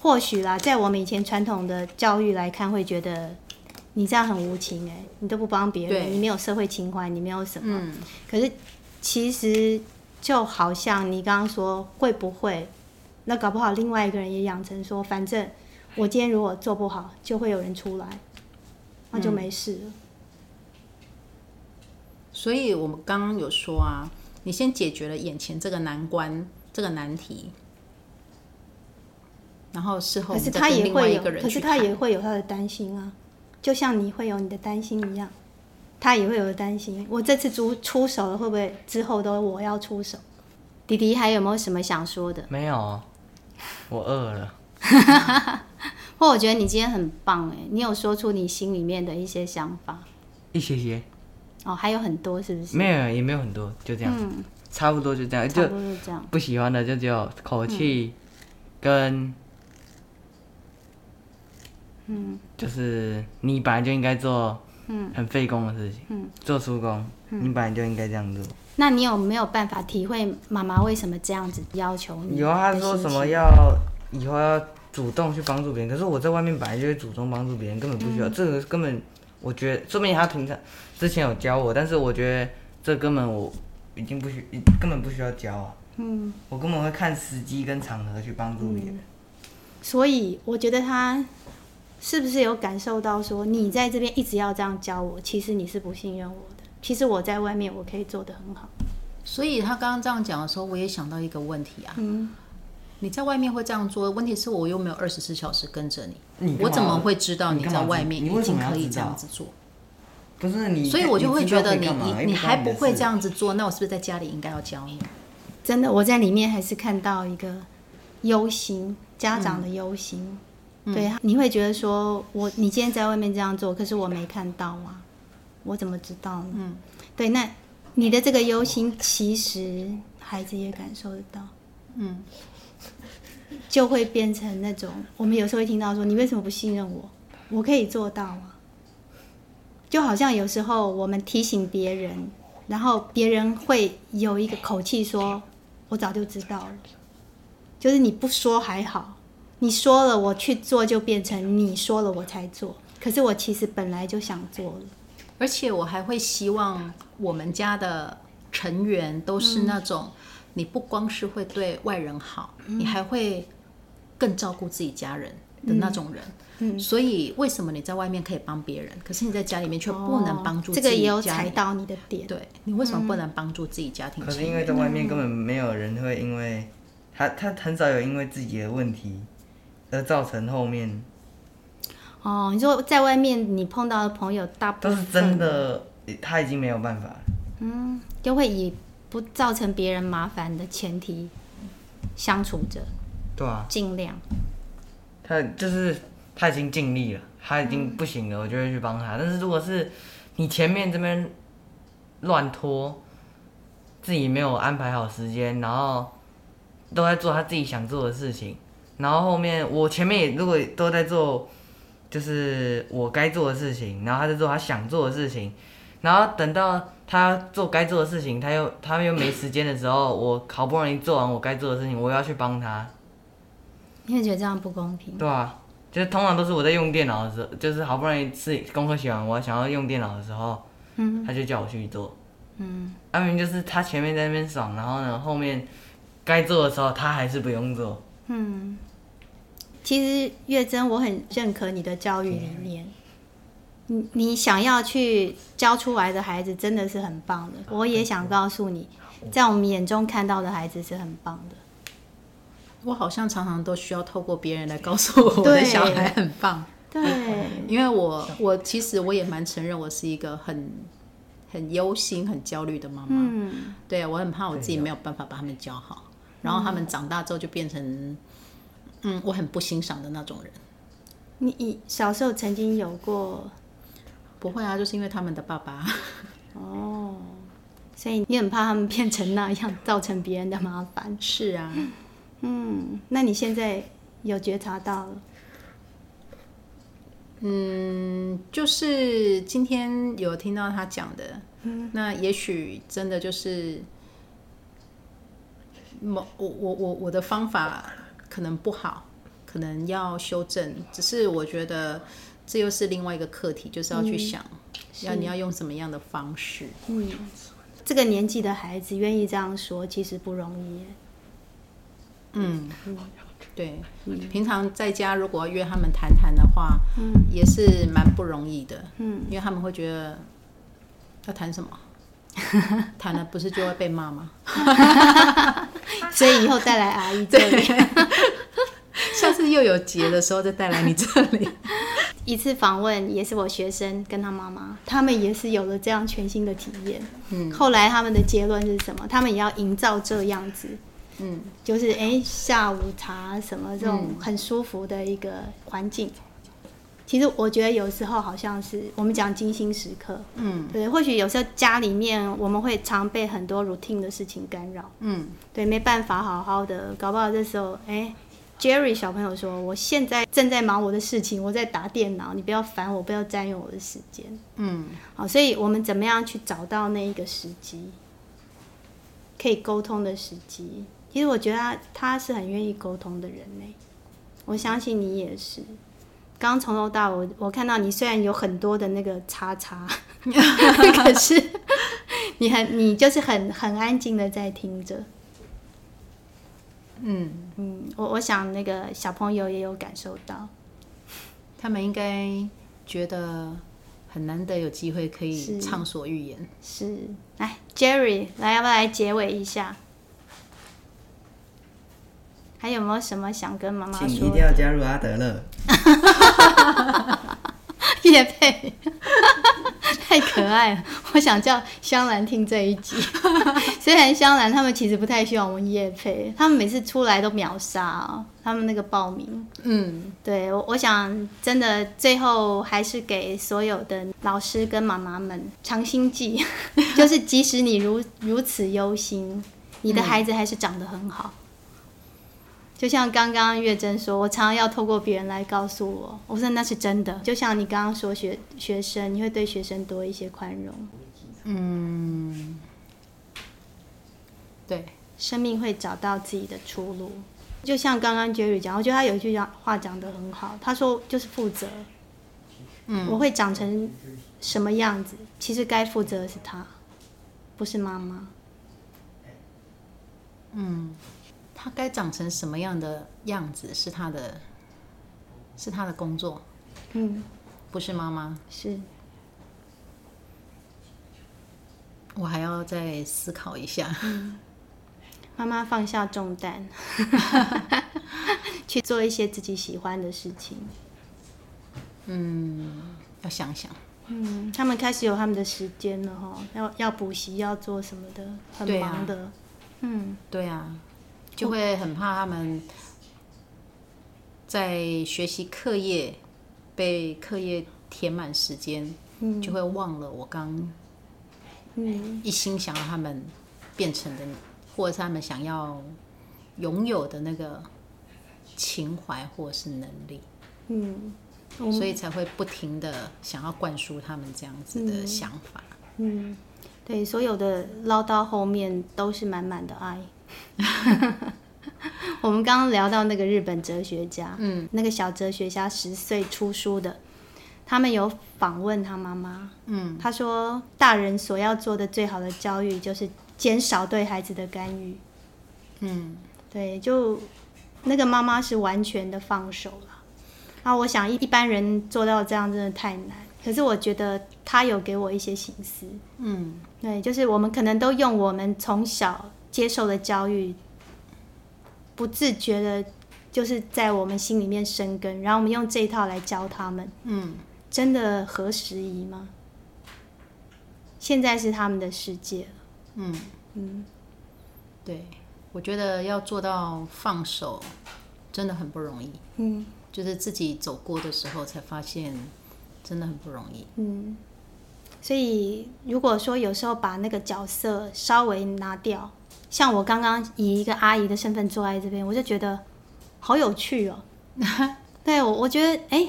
Speaker 1: 或许啦，在我们以前传统的教育来看，会觉得你这样很无情哎、你都不帮别
Speaker 3: 对
Speaker 1: 人，你没有社会情怀，你没有什么。
Speaker 3: 嗯
Speaker 1: 可是其实就好像你刚刚说，会不会？那搞不好另外一个人也养成说，反正我今天如果做不好，就会有人出来，那就没事了。
Speaker 3: 所以我们刚刚有说啊，你先解决了眼前这个难关，这个难题，然后事嗯后
Speaker 1: 可
Speaker 3: 我
Speaker 1: 是
Speaker 3: 们再
Speaker 1: 他
Speaker 3: 跟
Speaker 1: 也
Speaker 3: 另外
Speaker 1: 会
Speaker 3: 一
Speaker 1: 有，
Speaker 3: 个人
Speaker 1: 可是
Speaker 3: 去
Speaker 1: 他
Speaker 3: 谈
Speaker 1: 也会有他的担心啊，就像你会有你的担心一样，他也会有担心。我这次出出手了，会不会之后都我要出手？弟弟还有没有什么想说的？
Speaker 2: 没有，我饿了。
Speaker 5: 或我觉得你今天很棒哎，你有说出你心里面的一些想法
Speaker 2: 一些些，
Speaker 5: 哦，还有很多是不是？
Speaker 2: 没有也没有很多，就这样，差不多就这样，
Speaker 5: 嗯差
Speaker 2: 就
Speaker 5: 不多就这样。
Speaker 2: 不喜欢的就只有口气跟，嗯，
Speaker 5: 嗯
Speaker 2: 就是你本来就应该做，很费工的事情，
Speaker 5: 嗯
Speaker 2: 做出工，你本来就应该这样做。
Speaker 5: 那你有没有办法体会妈妈为什么这样子要求你？
Speaker 2: 有啊，他说什么？要以后要主动去帮助别人，可是我在外面本来就会主动帮助别人，根本不需要，这个根本我觉得，说明他平常之前有教我，但是我觉得这根本我已经不需，根本不需要教啊。嗯，我根本会看时机跟场合去帮助别人。
Speaker 1: 所以我觉得他是不是有感受到说，你在这边一直要这样教我，其实你是不信任我的。其实我在外面我可以做得很好，
Speaker 3: 所以他刚刚这样讲的时候，我也想到一个问题啊，
Speaker 5: 嗯
Speaker 3: 你在外面会这样做，问题是我又没有二十四小时跟着你，
Speaker 2: 你
Speaker 3: 我
Speaker 2: 干嘛
Speaker 3: 怎么会知道
Speaker 2: 你干嘛
Speaker 3: 在
Speaker 2: 知
Speaker 3: 外面
Speaker 2: 你
Speaker 3: 已
Speaker 2: 为什
Speaker 3: 经
Speaker 2: 么要
Speaker 3: 可以
Speaker 2: 知
Speaker 3: 这样
Speaker 2: 道？
Speaker 3: 子做？
Speaker 2: 不是你，
Speaker 3: 所以我就会
Speaker 2: 你知
Speaker 3: 觉
Speaker 2: 道可
Speaker 3: 得
Speaker 2: 以
Speaker 3: 你
Speaker 2: 干嘛
Speaker 3: 你你还不会这，
Speaker 2: 又
Speaker 3: 样子做，那我是不是在家里应该要教你？啊
Speaker 1: 真的，我在里面还是看到一个忧心，家长的忧心。对，你会觉得说，我你今天在外面这样做，可是我没看到啊，我怎么知道呢？嗯，对，那你的这个忧心，其实孩子也感受得到，嗯，就会变成那种，我们有时候会听到说，你为什么不信任我？我可以做到啊。就好像有时候我们提醒别人，然后别人会有一个口气说：“我早就知道了。”就是你不说还好，你说了我去做，就变成你说了我才做。可是我其实本来就想做了，
Speaker 3: 而且我还会希望我们家的成员都是那种，你不光是会对外人好，
Speaker 1: 嗯
Speaker 3: 你还会更照顾自己家人的那种人。
Speaker 1: 嗯
Speaker 3: 所以为什么你在外面可以帮别人，可是你在家里面却不能帮助
Speaker 1: 哦
Speaker 3: 自
Speaker 1: 这个
Speaker 3: 己家人？
Speaker 1: 也有踩到你的点。嗯
Speaker 3: 对你为什么不能帮助自己家庭
Speaker 2: 可
Speaker 3: 成
Speaker 2: 是
Speaker 3: 员？
Speaker 2: 因为在外面根本没有人会因为他他很少有因为自己的问题而造成后面
Speaker 1: 哦，你说在外面你碰到的朋友，大部
Speaker 2: 都
Speaker 1: 分
Speaker 2: 是真的，他已经没有办法了。
Speaker 1: 就会以不造成别人麻烦的前提相处着，
Speaker 2: 对啊，
Speaker 1: 尽量。
Speaker 2: 他就是他已经尽力了，他已经不行了，我就会去帮他。但是如果是你前面这边乱拖，自己没有安排好时间，然后都在做他自己想做的事情，然后后面我前面也如果都在做就是我该做的事情，然后他在做他想做的事情，然后等到他做该做的事情，他又他又没时间的时候，我好不容易做完我该做的事情，我又要去帮他，
Speaker 1: 你会觉得这样不公平？
Speaker 2: 对啊，就是通常都是我在用电脑的时候，就是好不容易是功课写完，我想要用电脑的时候，他就叫我去做，嗯，阿明就是他前面在那边爽，然后呢后面该做的时候他还是不用做，
Speaker 1: 其实月珍，我很认可你的教育理念。你你想要去教出来的孩子真的是很棒的，我也想告诉你，在我们眼中看到的孩子是很棒的。
Speaker 3: 我好像常常都需要透过别人来告诉我我
Speaker 1: 对
Speaker 3: 的小孩很棒。
Speaker 1: 对，
Speaker 3: 因为我我其实我也蛮承认我是一个很很忧心、很焦虑的妈妈。嗯，对我很怕我自己没有办法把他们教好，然后他们长大之后就变成，嗯，我很不欣赏的那种人。
Speaker 1: 你你小时候曾经有过
Speaker 3: 不会啊，就是因为他们的爸爸， <laughs>
Speaker 1: 哦，所以你很怕他们变成那样，造成别人的麻烦。
Speaker 3: 是啊，
Speaker 1: 嗯，那你现在有觉察到了？
Speaker 3: 嗯，就是今天有听到他讲的，那也许真的就是某我我我我的方法可能不好，可能要修正。只是我觉得这又是另外一个课题，就是要去想，要你要用什么样的方式。
Speaker 1: 嗯这个年纪的孩子愿意这样说，其实不容易耶。
Speaker 3: 嗯，对，平常在家如果要约他们谈谈的话，也是蛮不容易的，嗯，因为他们会觉得要谈什么， <laughs> 谈了不是就会被骂吗？
Speaker 1: 所以以后再来阿姨这里。
Speaker 3: 下次又有节的时候再带来你这里。
Speaker 1: 一次访问也是我学生跟他妈妈，他们也是有了这样全新的体验。嗯，后来他们的结论是什么？他们也要营造这样子，
Speaker 3: <laughs> 嗯，
Speaker 1: 就是哎、诶下午茶什么这种很舒服的一个环境。其实我觉得有时候好像是我们讲精心时刻，
Speaker 3: 嗯
Speaker 1: 对，或许有时候家里面我们会常被很多 routine 的事情干扰，
Speaker 3: 嗯，
Speaker 1: 对，没办法好好的，搞不好这时候，哎、j e r r y 小朋友说，我现在正在忙我的事情，我在打电脑，你不要烦我，不要占用我的时间。
Speaker 3: 嗯，
Speaker 1: 好，所以我们怎么样去找到那一个时机，可以沟通的时机？其实我觉得他他是很愿意沟通的人呢、我相信你也是。刚从头到尾，我看到你虽然有很多的那个叉叉， <laughs> 可是你很你就是很很安静的在听着。
Speaker 3: 嗯，
Speaker 1: 嗯，我我想那个小朋友也有感受到，
Speaker 3: 他们应该觉得很难得有机会可以
Speaker 1: 是
Speaker 3: 畅所欲言。
Speaker 1: 是，来 Jerry，来要不要来结尾一下？还有没有什么想跟妈妈
Speaker 6: 请
Speaker 1: 说
Speaker 6: 一定
Speaker 1: 的？
Speaker 6: 要加入阿德勒。
Speaker 1: <laughs> 叶佩，太可爱了！我想叫香兰听这一集。 <laughs> 虽然香兰他们其实不太希望我们叶佩，他们每次出来都秒杀、哦、他们那个报名。
Speaker 3: 嗯，
Speaker 1: 对我，我想真的最后还是给所有的老师跟妈妈们长心计， <laughs> 就是即使你如如此忧心，你的孩子还是长得很好。就像刚刚月珍说，我常常要透过别人来告诉我，我说那是真的。就像你刚刚说学学生，你会对学生多一些宽容，
Speaker 3: 嗯对，
Speaker 1: 生命会找到自己的出路。就像刚刚 Jerry 讲，我觉得他有一句讲话讲得很好，他说就是负责，
Speaker 3: 嗯，
Speaker 1: 我会长成什么样子，其实该负责的是他，不是妈妈。
Speaker 3: 他该长成什么样的样子是他的，是他的工作，
Speaker 1: 嗯，
Speaker 3: 不是妈妈。
Speaker 1: 是
Speaker 3: 我还要再思考一下。 <laughs>
Speaker 1: 妈妈放下重担，去做一些自己喜欢的事情。
Speaker 3: 嗯，要想想。
Speaker 1: 嗯，他们开始有他们的时间了哈，要要补习，要做什么的，很
Speaker 3: 对啊
Speaker 1: 忙的。嗯，
Speaker 3: 对啊，就会很怕他们在学习课业被课业填满时间，
Speaker 1: 嗯
Speaker 3: 就会忘了我刚
Speaker 1: 嗯，
Speaker 3: 一心想要他们变成的，或者是他们想要拥有的那个情怀或是能力，
Speaker 1: 嗯，我们
Speaker 3: 所以才会不停的想要灌输他们这样子的想法。
Speaker 1: 嗯，对，所有的唠叨后面都是满满的爱。 <laughs> 我们刚刚聊到那个日本哲学家，嗯，那个小哲学家十岁出书的，他们有访问他妈妈，嗯，他说大人所要做的最好的教育就是减少对孩子的干预，
Speaker 3: 嗯，
Speaker 1: 对，就那个妈妈是完全的放手了。啊，我想一一般人做到这样真的太难，可是我觉得他有给我一些心思。嗯，对，就是我们可能都用我们从小接受的教育，不自觉的，就是在我们心里面生根，然后我们用这一套来教他们。
Speaker 3: 嗯，
Speaker 1: 真的合时宜吗？现在是他们的世界了。
Speaker 3: 嗯，
Speaker 1: 嗯，
Speaker 3: 对，我觉得要做到放手真的很不容易。
Speaker 1: 嗯
Speaker 3: 就是自己走过的时候才发现，真的很不容易。
Speaker 1: 嗯，所以如果说有时候把那个角色稍微拿掉，像我刚刚以一个阿姨的身份坐在这边，我就觉得好有趣哦。 <laughs> 对我，我觉得哎、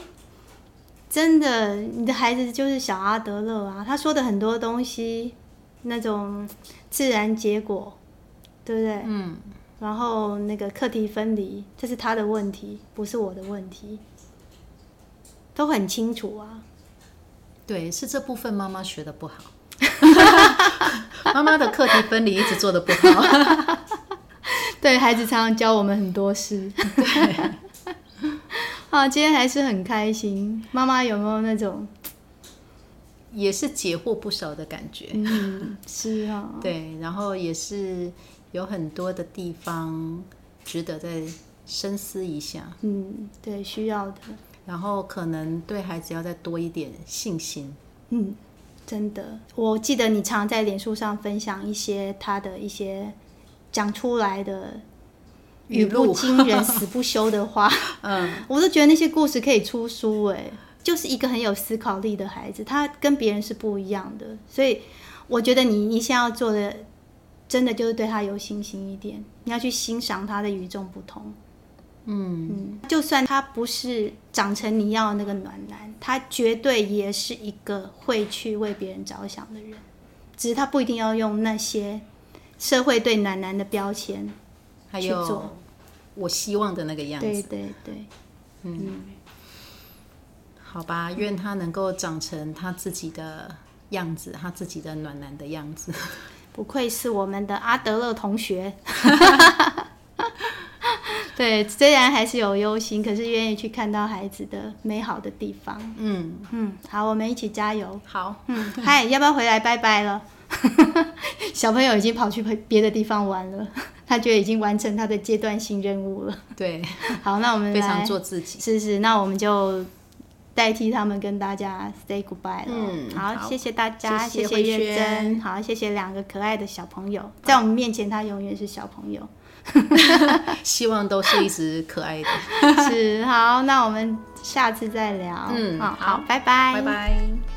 Speaker 1: 真的，你的孩子就是小阿德勒啊，他说的很多东西，那种自然结果，对不对？
Speaker 3: 嗯，
Speaker 1: 然后那个课题分离，这是他的问题，不是我的问题，都很清楚啊。
Speaker 3: 对，是这部分妈妈学的不好， <laughs> 妈妈的课题分离一直做的不好。 <laughs>
Speaker 1: <laughs> 对孩子常常教我们很多事。 <laughs> 啊，今天还是很开心。妈妈有没有那种？
Speaker 3: 也是解惑不少的感觉，
Speaker 1: 嗯，是啊、
Speaker 3: 对，然后也是有很多的地方值得再深思一下，
Speaker 1: 嗯，对，需要的。
Speaker 3: 然后可能对孩子要再多一点信心。
Speaker 1: 嗯，真的。我记得你常在脸书上分享一些他的一些讲出来的语
Speaker 3: 语
Speaker 1: 不
Speaker 3: 录
Speaker 1: 惊人死不休的话， <laughs>
Speaker 3: 嗯，
Speaker 1: 我都觉得那些故事可以出书哎、就是一个很有思考力的孩子，他跟别人是不一样的，所以我觉得你你现在要做的，真的就是对他有信心一点，你要去欣赏他的与众不同。嗯，就算他不是长成你要的那个暖男，他绝对也是一个会去为别人着想的人，只是他不一定要用那些社会对暖男的标签。
Speaker 3: 还
Speaker 1: 去
Speaker 3: 有
Speaker 1: 做
Speaker 3: 我希望的那个样子。
Speaker 1: 对对对，
Speaker 3: 好吧，愿他能够长成他自己的样子，他自己的暖男的样子。 <laughs>
Speaker 1: 不愧是我们的阿德勒同学。对，虽然还是有忧心，可是愿意去看到孩子的美好的地方。
Speaker 3: 嗯，
Speaker 1: 嗯，好，我们一起加油。
Speaker 3: 好，
Speaker 1: 嗯， <laughs> 嗨，要不要回来拜拜了？ <laughs> 小朋友已经跑去别的地方玩了， <laughs> 他觉得已经完成他的阶段性任务了。 <laughs>
Speaker 3: 对，
Speaker 1: 好，那我们
Speaker 3: 非常
Speaker 1: 来
Speaker 3: 做自己。
Speaker 1: 是是，那我们就代替他们跟大家 say goodbye 了。
Speaker 3: 嗯
Speaker 1: 好，
Speaker 3: 好
Speaker 1: 谢谢大家，
Speaker 3: 谢
Speaker 1: 谢
Speaker 3: 谢
Speaker 1: 谢
Speaker 3: 慧
Speaker 1: 月珍，
Speaker 3: 萱
Speaker 1: 好，谢谢两个可爱的小朋友，在我们面前他永远是小朋
Speaker 3: <laughs>
Speaker 1: 友。
Speaker 3: 希望都是一直可爱的。
Speaker 1: 是，好，那我们下次再聊。
Speaker 3: 嗯
Speaker 1: 好，
Speaker 3: 好
Speaker 1: 拜拜，
Speaker 3: 拜拜。